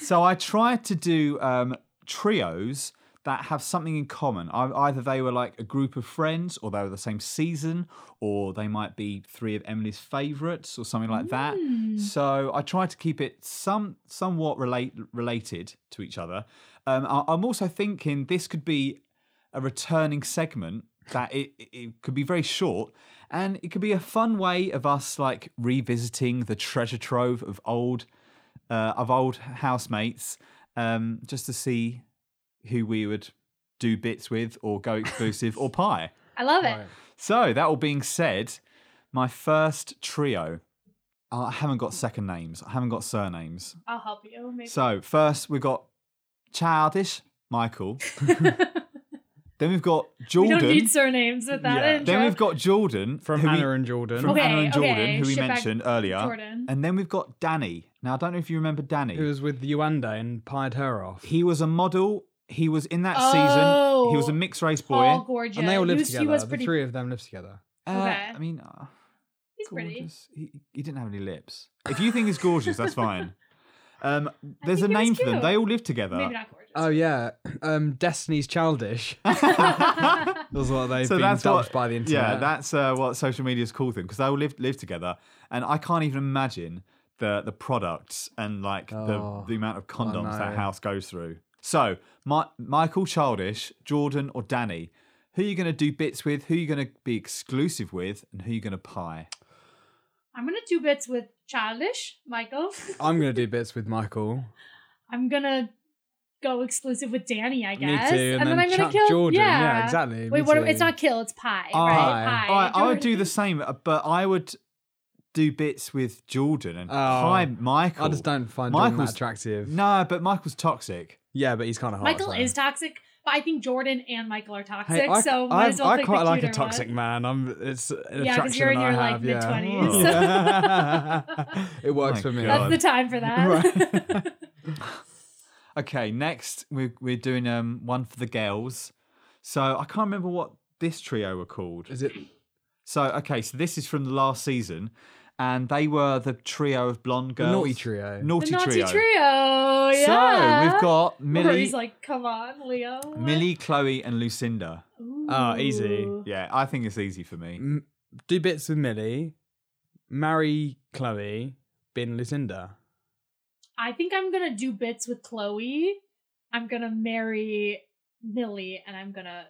S8: So I tried to do um, trios that have something in common. I, either they were like a group of friends, or they were the same season, or they might be three of Emily's favourites, or something like that.
S11: Mm.
S8: So I tried to keep it some somewhat relate, related to each other. Um, I, I'm also thinking this could be a returning segment that it, it- it could be very short and it could be a fun way of us like revisiting the treasure trove of old uh, of old housemates um, just to see who we would do bits with or go exclusive or pie
S1: I love it.
S8: so that all being said my first trio i haven't got second names i haven't got surnames
S1: I'll help you. Maybe.
S8: so first we've got childish Michael. then we've got
S1: we
S8: Jordan.
S1: don't need surnames with that intro.
S8: Then we've got Jordan
S9: From
S8: who we-
S9: Anna and Jordan.
S8: From
S1: Okay,
S8: Anna and Jordan,
S1: okay,
S8: who we
S1: shit back
S8: mentioned earlier.
S1: Jordan.
S8: And then we've got Danny. Now I don't know if you remember Danny.
S9: Who was with Yuanda and pied her off.
S8: He was a model. He was in that season. He was a
S1: Oh,
S8: mixed race boy.
S1: Paul Gorgia.
S9: And they all
S1: He
S9: lived
S1: was- he
S9: together.
S1: was
S9: The
S1: pretty-
S9: three of them lived together.
S8: Uh,
S1: Okay.
S8: I mean, uh,
S1: He's pretty.
S8: he, he didn't have any lips. If you think he's gorgeous, that's fine. Um, there's a
S9: think he was
S8: name for them.
S9: cute.
S8: They all live together.
S1: Maybe not gorgeous.
S9: Oh yeah, um, Destiny's Childish. That's what they've been dubbed by the internet.
S8: Yeah, that's uh, what social media's called them because they all live live together, and I can't even imagine the the products and like
S9: Oh,
S8: the the amount of condoms that
S9: know.
S8: house goes through. So, Mi- Michael Childish, Jordan, or Danny, who are you going to do bits with? Who are you going to be exclusive with? And who are you going to pie?
S1: I'm gonna do bits with Childish Michael.
S9: I'm gonna do bits with Michael.
S1: I'm gonna go exclusive with Danny, I
S9: Me
S1: guess.
S9: too, and then
S1: I'm gonna
S9: chuck
S1: kill
S9: Jordan. Yeah, exactly,
S1: Wait,
S9: me
S1: what?
S9: too.
S1: It's not kill. It's pie. right? Pie.
S8: I, I would do the same, uh, but I would do bits with Jordan and pie Michael.
S9: Oh, I just don't find Jordan that
S8: Michael's-
S9: attractive.
S8: No, but Michael's toxic.
S9: Yeah, but he's kind of hot.
S1: Michael
S9: so.
S1: is toxic, but I think Jordan and Michael are toxic.
S9: Hey, I,
S1: so might
S9: I,
S1: as well
S9: I
S1: pick the
S9: quite like a
S1: cuter one.
S9: toxic man. I'm. It's an
S1: Yeah, 'cause
S9: attraction
S1: you're in
S9: that I
S1: your, like,
S9: have, yeah. Oh
S1: mid-twenties.
S9: it works for me.
S1: That's the time for that.
S8: Okay, next we're we're doing um one for the girls. So I can't remember what this trio were called.
S9: Is it?
S8: So okay, so this is from the last season, and they were the trio of blonde
S9: The
S8: girls.
S9: naughty trio.
S8: Naughty
S1: the naughty
S8: trio.
S1: trio. Yeah.
S8: So we've got Millie,
S1: Rory's like, come on, Leo.
S8: Millie, Chloe, and Lucinda.
S9: Oh, easy. Ooh.
S8: Yeah, I think it's easy for me.
S9: M- do bits with Millie, marry Chloe, bin Lucinda.
S1: I think I'm gonna do bits with Chloe. I'm gonna marry Millie, and I'm gonna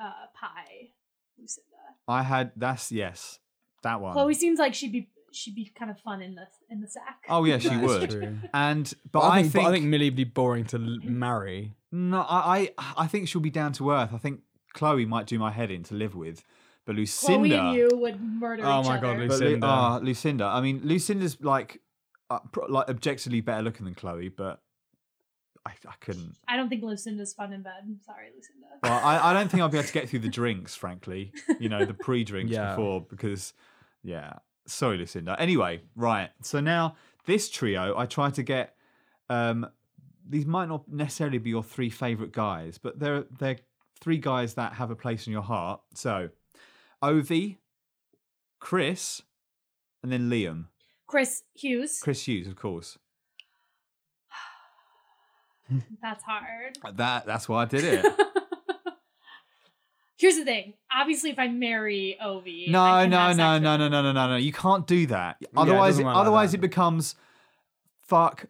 S1: uh, pie Lucinda.
S8: I had that's yes, that one.
S1: Chloe seems like she'd be she'd be kind of fun in the in the sack.
S8: Oh yeah, she
S9: That is
S8: would.
S9: true.
S8: And but,
S9: But I, think,
S8: I
S9: but I think Millie would be boring to l- marry.
S8: No, I, I I think she'll be down to earth. I think Chloe might do my head in to live with, but Lucinda.
S1: Chloe and you would murder
S9: Oh
S1: each
S9: my God,
S1: other.
S8: but Lu-
S9: Lucinda.
S8: ah, Lucinda. I mean, Lucinda's like uh, pro- like objectively better looking than Chloe, but I, I couldn't.
S1: I don't think Lucinda's fun in bed. I'm sorry, Lucinda.
S8: Well, I, I don't think I'll be able to get through the drinks, frankly. You know, the pre-drinks
S9: Yeah.
S8: before because, yeah. Sorry, Lucinda. Anyway, right. So now this trio, I try to get. Um, these might not necessarily be your three favorite guys, but they're they're three guys that have a place in your heart. So, Ovi, Chris, and then Liam.
S1: Chris Hughes.
S8: Chris Hughes, of course.
S1: That's hard.
S8: That that's why I did it.
S1: Here's the thing. Obviously, if I marry Ovi, I
S8: No,
S1: can
S8: no,
S1: have
S8: no,
S1: sex
S8: no,
S1: with
S8: no,
S1: him.
S8: no, no, no, no. You can't do that. Otherwise,
S9: doesn't work like
S8: otherwise
S9: that.
S8: it becomes fuck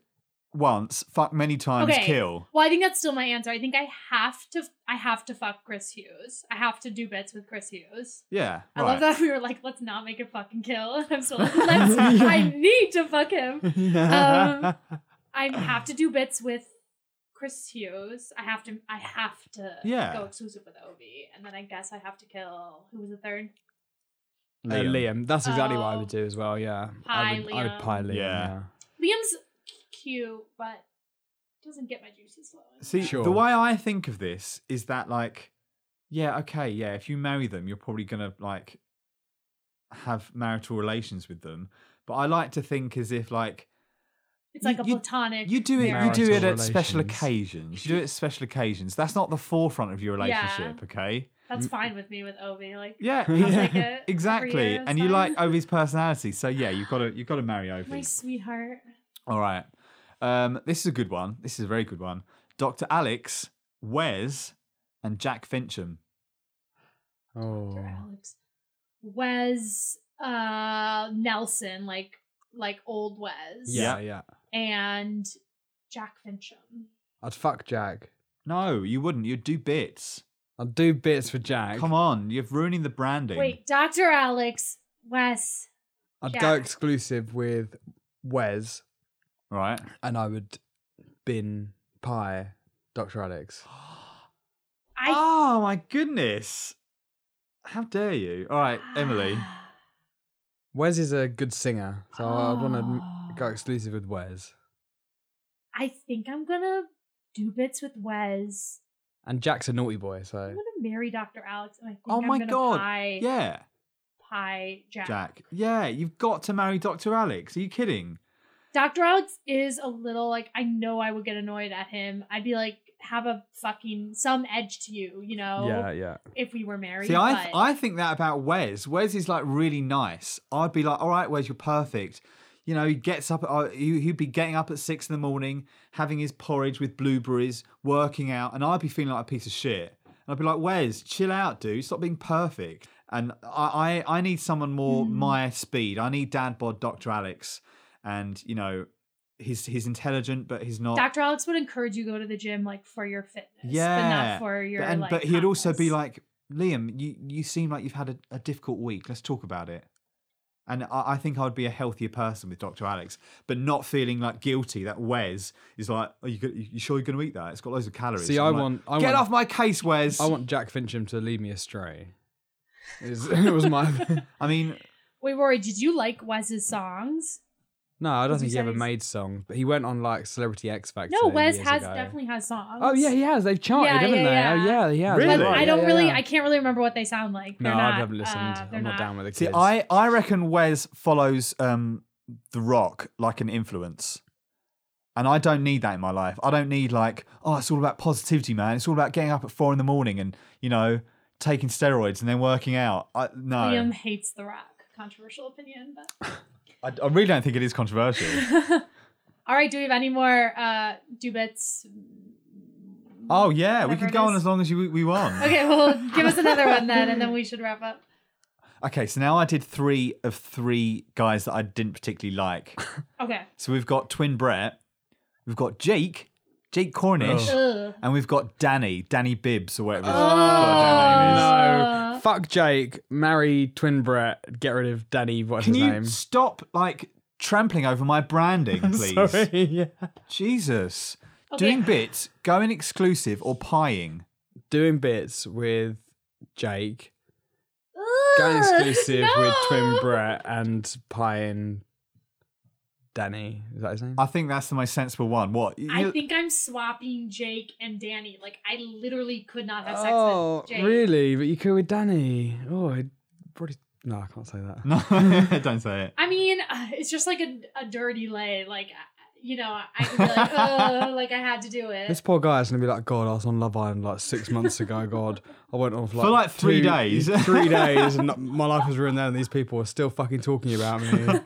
S8: once, fuck many times,
S1: Okay.
S8: kill.
S1: Well, I think that's still my answer. I think I have to. I have to fuck Chris Hughes. I have to do bits with Chris Hughes.
S8: Yeah,
S1: I love that we were like, let's not make it fucking kill. And I'm still like, let's. I need to fuck him.
S8: that.
S9: Um,
S1: I have to do bits with Chris Hughes. I have to. I have to
S8: Yeah.
S1: go exclusive with Ovi, and then I guess I have to kill. Who was the third?
S9: Uh, Liam. That's exactly what I
S1: Oh.
S9: would do as well. Yeah. I
S1: Pie
S9: would, I would
S1: Liam.
S9: pie Liam.
S8: Yeah.
S9: Yeah.
S1: Liam's cute, but doesn't get my juices flowing.
S8: See,
S9: Sure.
S8: the way I think of this is that like, yeah, okay, yeah. If you marry them, you're probably gonna like have marital relations with them. But I like to think as if like
S1: It's like a
S8: You- you-
S1: platonic.
S8: you do it, you
S1: marriage.
S8: do it
S9: Marital
S8: at special
S9: relations.
S8: occasions. You do it at special occasions. That's not the forefront of your relationship, okay?
S1: That's fine with me with Ovi. Like
S8: Yeah,
S9: I'll
S8: yeah,
S1: take it every
S8: exactly.
S1: year,
S8: And
S1: it's
S8: you like
S1: fine.
S8: Ovi's personality, so yeah, you've got to you've got to marry Ovi.
S1: my sweetheart.
S8: All right, um, this is a good one. This is a very good one. Doctor Alex, Wes, and Jack Fincham.
S9: Oh.
S1: Dr. Alex. Wes uh Nelson, like like old Wes.
S8: Yeah.
S9: Yeah. Yeah.
S1: And Jack Fincham.
S9: I'd fuck Jack.
S8: No, you wouldn't. You'd do bits.
S9: I'd do bits for Jack.
S8: Come on, you're ruining the branding.
S1: Wait, Dr. Alex, Wes.
S9: I'd go
S1: Jack.
S9: exclusive with Wes,
S8: Right.
S9: and I would bin pie Dr. Alex.
S1: I
S8: Oh my goodness! How dare you? All right, Emily.
S1: Ah,
S9: Wes is a good singer, so I'd want
S1: Oh.
S9: to go exclusive with Wes
S1: I think I'm gonna do bits with Wes.
S9: and Jack's a naughty boy.
S1: I'm
S9: So
S1: gonna marry Dr. Alex and I think
S8: Oh
S1: I'm
S8: my
S1: gonna
S8: god.
S1: pie,
S8: Yeah,
S1: pie Jack.
S8: Jack. Yeah, you've got to marry Doctor Alex. Are you kidding?
S1: Dr. Alex is a little like I know I would get annoyed at him. I'd be like, have a fucking some edge to you, you know,
S9: yeah, yeah.
S1: if we were married.
S8: See, I, th-
S1: but-
S8: I think that about Wes. Wes is like really nice. I'd be like, all right, Wes, you're perfect. You know, he gets up, uh, he- he'd be getting up at six in the morning, having his porridge with blueberries, working out, and I'd be feeling like a piece of shit. And I'd be like, Wes, chill out, dude. Stop being perfect. And I, I, I need someone more my speed. I need dad bod Dr. Alex. And, you know, he's, he's intelligent, but he's not.
S1: Dr. Alex would encourage you to go to the gym like for your fitness, but
S8: Yeah,
S1: not for your
S8: but, and,
S1: like.
S8: but he'd also be
S1: hotness.
S8: like, Liam, you, you seem like you've had a, a difficult week. Let's talk about it. And I, I think I'd be a healthier person with Dr. Alex, but not feeling like guilty that Wes is like, are you, go- you sure you're going to eat that? It's got loads of calories.
S9: See,
S8: I'm
S9: I
S8: like,
S9: want- I
S8: get
S9: want-
S8: off my case, Wes.
S9: I want Jack Fincham to lead me astray. Is, it was my
S8: I mean,
S1: "Wait, Rory, did you like Wes's songs?
S9: no. I don't
S1: Did you
S9: think he ever
S1: say-
S9: made songs, but he went on like Celebrity X Factor.
S1: No, Wes
S9: years
S1: has
S9: ago.
S1: definitely has songs.
S9: Oh yeah, he has. They've charted,
S1: Yeah,
S9: haven't
S1: yeah,
S9: they?
S1: yeah.
S9: Oh yeah, yeah.
S8: Really?
S1: But I
S8: Yeah,
S1: don't really, I can't really remember what they sound like.
S9: No,
S1: They're not,
S9: I haven't listened.
S1: uh, they're
S9: I'm not, down with the
S8: see,
S9: kids.
S8: I, I reckon Wes follows um, The Rock like an influence. And I don't need that in my life. I don't need like, oh, it's all about positivity, man. It's all about getting up at four in the morning and you know taking steroids and then working out. I, no,
S1: Liam hates The Rock. Controversial opinion, but
S8: I, I really don't think it is controversial.
S1: all right. Do we have any more uh, do bits?
S8: oh yeah, we
S1: Whatever
S8: could
S1: it
S8: go on
S1: is.
S8: as long as you we want.
S1: Okay, well, give us another one then, and then we should wrap up.
S8: Okay, so now I did three of three guys that I didn't particularly like.
S1: Okay.
S8: So we've got twin Brett, we've got Jake, Jake Cornish,
S1: Ugh.
S8: and we've got Danny, Danny Bibbs or whatever. his
S1: Oh.
S8: goddamn name is.
S1: uh.
S9: No. Fuck Jake. Marry twin Brett. Get rid of Danny. What's
S8: Can
S9: his
S8: you
S9: name?
S8: stop like trampling over my branding, please?
S9: Sorry. Yeah.
S8: Jesus.
S1: Okay.
S8: Doing bits, going exclusive or pieing.
S9: Doing bits with Jake.
S1: Uh,
S9: Going exclusive with twin Brett and pieing Danny. Is that his name?
S8: I think that's the most sensible one. What?
S1: I
S8: You-
S1: think I'm swapping Jake and Danny. Like I literally could not have sex
S9: Oh,
S1: with Jake.
S9: really? But you could with Danny. Oh, I probably. No, I can't say that.
S8: No, don't say it.
S1: I mean, uh, it's just like a, a dirty lay. Like I- you know, I could be like, oh, like I had to do it.
S9: This poor guy's gonna be like, God, I was on Love Island like six months ago. God, I went on for like,
S8: For, like, three days."
S9: three days, and my life was ruined there. And these people are still fucking talking about me.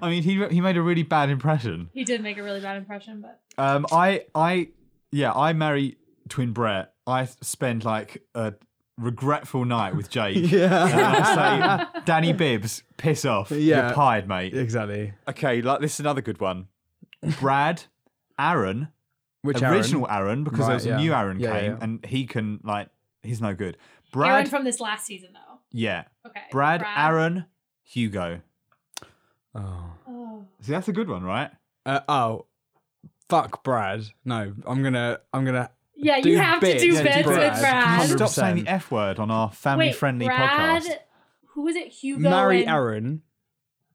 S8: I mean, he, he made a really bad impression.
S1: he did make a really bad impression, but
S8: Um, I, I, yeah, I marry twin Brett. I spend like a regretful night with Jake. And
S9: yeah,
S8: I say, Danny Bibbs, piss off.
S9: Yeah.
S8: You're pied, mate.
S9: exactly.
S8: Okay, like this is another good one. Brad, Aaron,
S9: Which
S8: original Aaron, because
S9: Right,
S8: there was a
S9: yeah.
S8: new Aaron
S9: Yeah, yeah,
S8: came,
S9: yeah.
S8: and he can like he's no good. Brad,
S1: Aaron from this last season though.
S8: yeah,
S1: Okay.
S8: Brad, Aaron, Hugo.
S9: Aaron?
S1: Oh.
S8: See, that's a good one, right?
S9: Oh, uh, oh, fuck, Brad. No, I'm gonna, I'm gonna.
S1: Yeah,
S9: Do
S1: you have to
S9: bits
S1: do
S9: with
S1: bits
S9: Brad.
S1: with Brad.
S9: Come
S8: Stop saying the f word on our family-friendly
S1: Brad,
S8: podcast.
S1: Who was it? Hugo.
S9: Marry
S1: and-
S9: Aaron,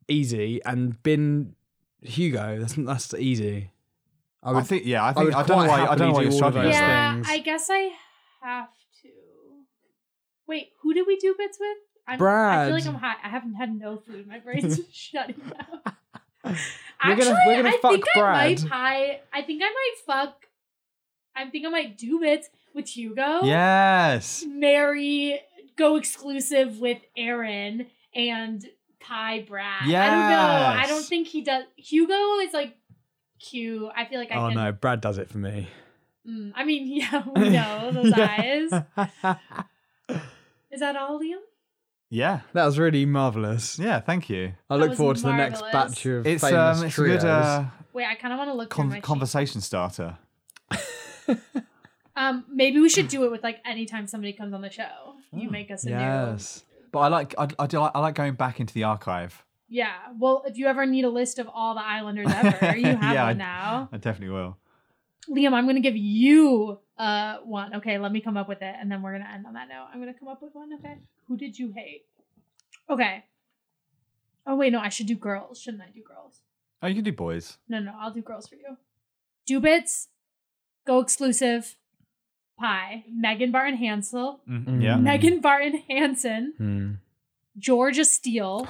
S9: easy, and bin Hugo. That's that's easy. I
S8: I
S9: would
S8: think, yeah, I
S9: would
S8: think I, don't know
S9: quite
S8: why I don't know why
S9: happily
S8: you're
S9: do all of
S8: struggling.
S9: those
S8: with that.
S1: Yeah,
S9: things.
S1: I guess I have to. Wait, who did we do bits with? I'm, I
S9: Brad.
S1: feel like I'm high. I haven't had no food. My brain's shutting down.
S9: We're
S1: Actually,
S9: gonna- we're gonna
S1: I
S9: fuck
S1: think I might
S9: Brad.
S1: pie. I think I might fuck. I think I might do bits with Hugo.
S8: Yes.
S1: Marry, go exclusive with Aaron and pie Brad. I don't know. I
S8: Yes.
S1: don't think he does. Hugo is like cute. I feel like I
S9: Oh
S1: can.
S9: no, Brad does it for me.
S1: Mm, I mean, yeah, we know those eyes.
S9: that
S1: Is that all, Liam?
S8: Yeah.
S9: was really marvelous.
S8: Yeah. Thank you.
S9: I
S1: That
S9: look
S1: was
S9: forward to the next
S1: marvellous.
S9: batch of
S8: It's
S9: famous
S8: um, it's a
S9: trios.
S8: good uh,
S1: Wait, I kind of want to look
S8: con-
S1: through my conversation.
S8: conversation starter.
S1: Um, maybe we should do it with like anytime somebody comes on the show, you
S8: Oh,
S1: make us a
S9: yes.
S8: But I like I, I do like, I like going back into the archive.
S1: new. Yeah. Well, if you ever need a list of all the Islanders ever, you have
S8: Yeah, I-
S1: one now.
S8: I definitely will.
S1: Liam, I'm gonna give you uh one. Okay, let me come up with it, and then we're gonna end on that note. I'm gonna come up with one. Okay, who did you hate? Okay. Oh wait, no, I should do girls. Shouldn't I do girls?
S8: Oh, you can do boys.
S1: No, no, I'll do girls for you. Dubits, go exclusive. Pie, Megan Barton Hansel,
S8: Mm, Yeah.
S9: Mm.
S1: Megan Barton Hansen,
S9: Hmm.
S1: Georgia Steele,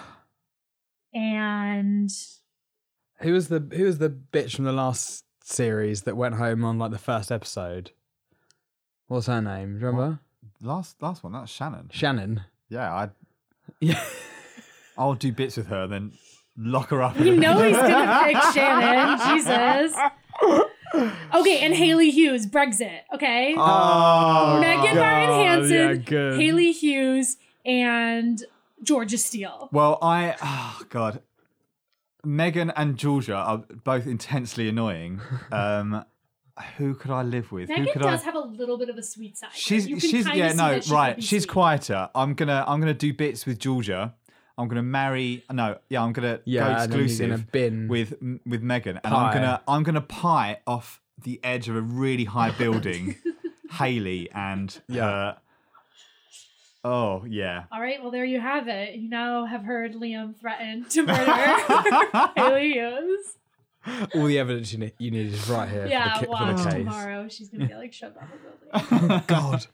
S1: and
S9: Who was the who was the bitch from the last series that went home on like the first episode? What's her name? Do you remember?
S8: Last last one. That's Shannon.
S9: Shannon.
S8: Yeah. I
S9: Yeah.
S8: I'll do bits with her then lock her up. in
S1: you
S8: a-
S1: know he's gonna pick Shannon. Jesus. Okay, and Haley Hughes, Brexit. Okay,
S8: Oh,
S1: Megan Barton
S8: God.
S9: yeah,
S1: Hansen,
S9: good.
S1: Haley Hughes, and Georgia Steele.
S8: Well, I oh god, Megan and Georgia are both intensely annoying. Um, who could I live with? who
S1: Megan
S8: could
S1: does
S8: I?
S1: have a little bit of a sweet side.
S8: she's
S1: You can
S8: she's
S1: kinda
S8: yeah
S1: see
S8: no
S1: that she could
S8: right.
S1: be
S8: She's
S1: sweet.
S8: quieter. I'm gonna I'm gonna do bits with Georgia. I'm gonna marry no yeah. I'm gonna go
S9: Yeah, and then you're
S8: exclusive
S9: gonna bin.
S8: with with Megan, and
S9: Pie.
S8: I'm gonna I'm gonna pie off the edge of a really high building, Haley and
S9: Yeah.
S8: her- oh yeah.
S1: All right, well, there you have it. You now have heard Liam threaten to murder Haley Hughes.
S9: All the evidence you need, you need is right here
S1: Yeah,
S9: for the, ki-
S1: watch
S9: for the case.
S1: tomorrow. She's going to get like shoved off a building.
S9: God.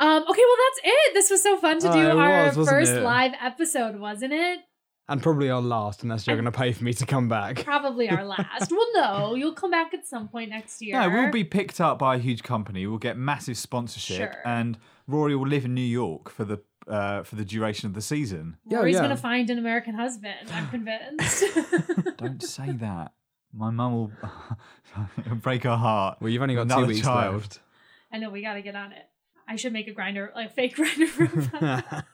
S1: Um, okay, well, that's it. This was so fun to
S9: Oh,
S1: do
S9: it
S1: our
S9: was, wasn't
S1: first
S9: it?
S1: live episode, wasn't it?
S9: And probably our last, unless you're going to pay for me to come back.
S1: Probably our last. well, no, you'll come back at some point next year.
S8: No, we'll be picked up by a huge company. We'll get massive sponsorship,
S1: Sure.
S8: and Rory will live in New York for the uh, for the duration of the season.
S1: Rory's gonna find an American husband. I'm convinced.
S8: Don't say that. My mum will it'll break her heart.
S9: Well, you've only got two
S8: Another
S9: weeks
S8: child.
S1: I know we gotta get on it. I should make a grinder, like a fake grinder. room.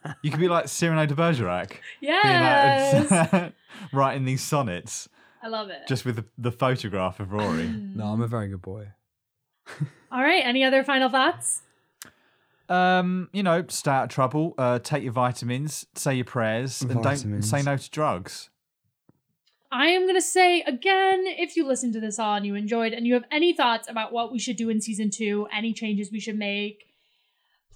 S8: you could be like Cyrano de Bergerac.
S1: yes,
S8: Being like, writing these sonnets
S1: I love it.
S8: just with the, the photograph of Rory.
S9: no, I'm a very good boy.
S1: All right. Any other final thoughts?
S8: Um, you know, stay out of trouble. Uh, take your vitamins. Say your prayers, and don't
S9: Vitamins.
S8: say no to drugs.
S1: I am going to say again if you listen to this all and you enjoyed and you have any thoughts about what we should do in season two, any changes we should make,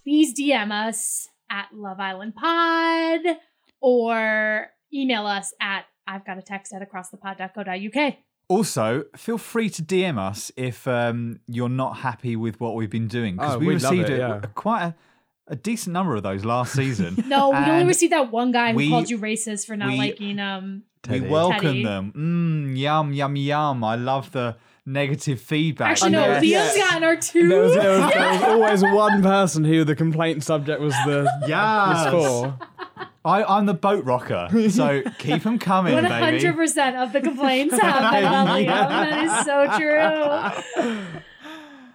S1: please DM us at Love Island Pod or email us at I've got a text at acrossthepod.co.uk.
S8: Also, feel free to DM us if um, you're not happy with what we've been doing because
S9: Oh,
S8: we
S9: we'd love
S8: received
S9: it,
S8: a,
S9: yeah.
S8: a- quite a, a decent number of those last season.
S1: No, we only
S8: And
S1: received that one guy who
S8: we-
S1: called you racist for not
S8: we-
S1: liking um
S8: We
S9: Teddy.
S8: welcome
S1: Teddy.
S8: them. Mm, yum, yum, yum. I love the negative feedback.
S1: Actually, no,
S9: Unless-
S1: Leah's
S9: Yeah.
S1: gotten our two.
S9: There was, there was- there was always one person who the complaint subject was the
S8: Yes.
S9: was for.
S8: I, I'm the boat rocker, so keep them coming,
S1: One
S8: baby.
S1: hundred percent of the complaints have been on Liam. That is so true.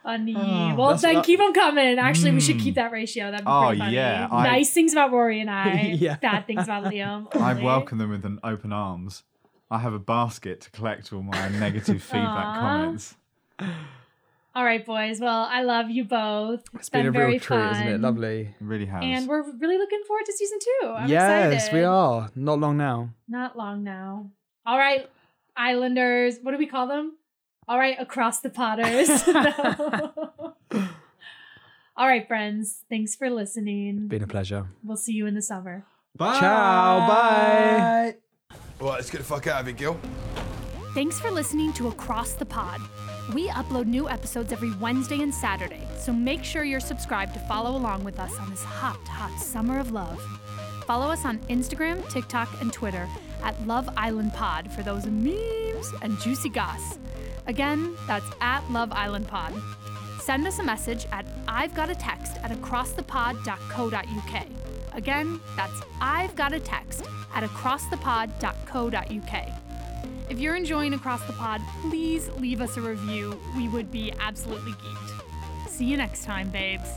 S1: Funny. well,
S8: Oh, that's
S1: then
S8: not-
S1: keep them coming. Actually, we should
S8: Mm.
S1: keep that ratio. That'd be
S8: Oh,
S1: pretty funny.
S8: yeah, I-
S1: nice things about Rory and I.
S9: Yeah.
S1: Bad things about Liam.
S8: I
S1: only.
S8: welcome them with an open arms. I have a basket to collect all my negative feedback
S1: Aw.
S8: comments.
S1: All right, boys. Well, I love you both.
S9: It's been, a
S1: very
S9: real treat,
S1: fun.
S9: isn't it? Lovely.
S8: It really has.
S1: And we're really looking forward to season two. I'm
S9: yes,
S1: excited.
S9: we are. Not long now.
S1: Not long now. All right, Islanders. What do we call them? All right, across the Potters. All right, friends. Thanks for listening.
S9: Been a pleasure.
S1: We'll see you in the summer.
S8: Bye.
S9: Ciao. Bye.
S4: All right, let's get the fuck out of here, Gil.
S12: Thanks for listening to Across the Pod. We upload new episodes every Wednesday and Saturday, so make sure you're subscribed to follow along with us on this hot, hot summer of love. Follow us on Instagram, TikTok, and Twitter at Love Island Pod for those memes and juicy goss. Again, that's at Love Island Pod. Send us a message at I've Got a Text at acrossthepod.co.uk. Again, that's I've Got a Text at acrossthepod.co.uk. If you're enjoying Across the Pod, please leave us a review. We would be absolutely geeked. See you next time, babes.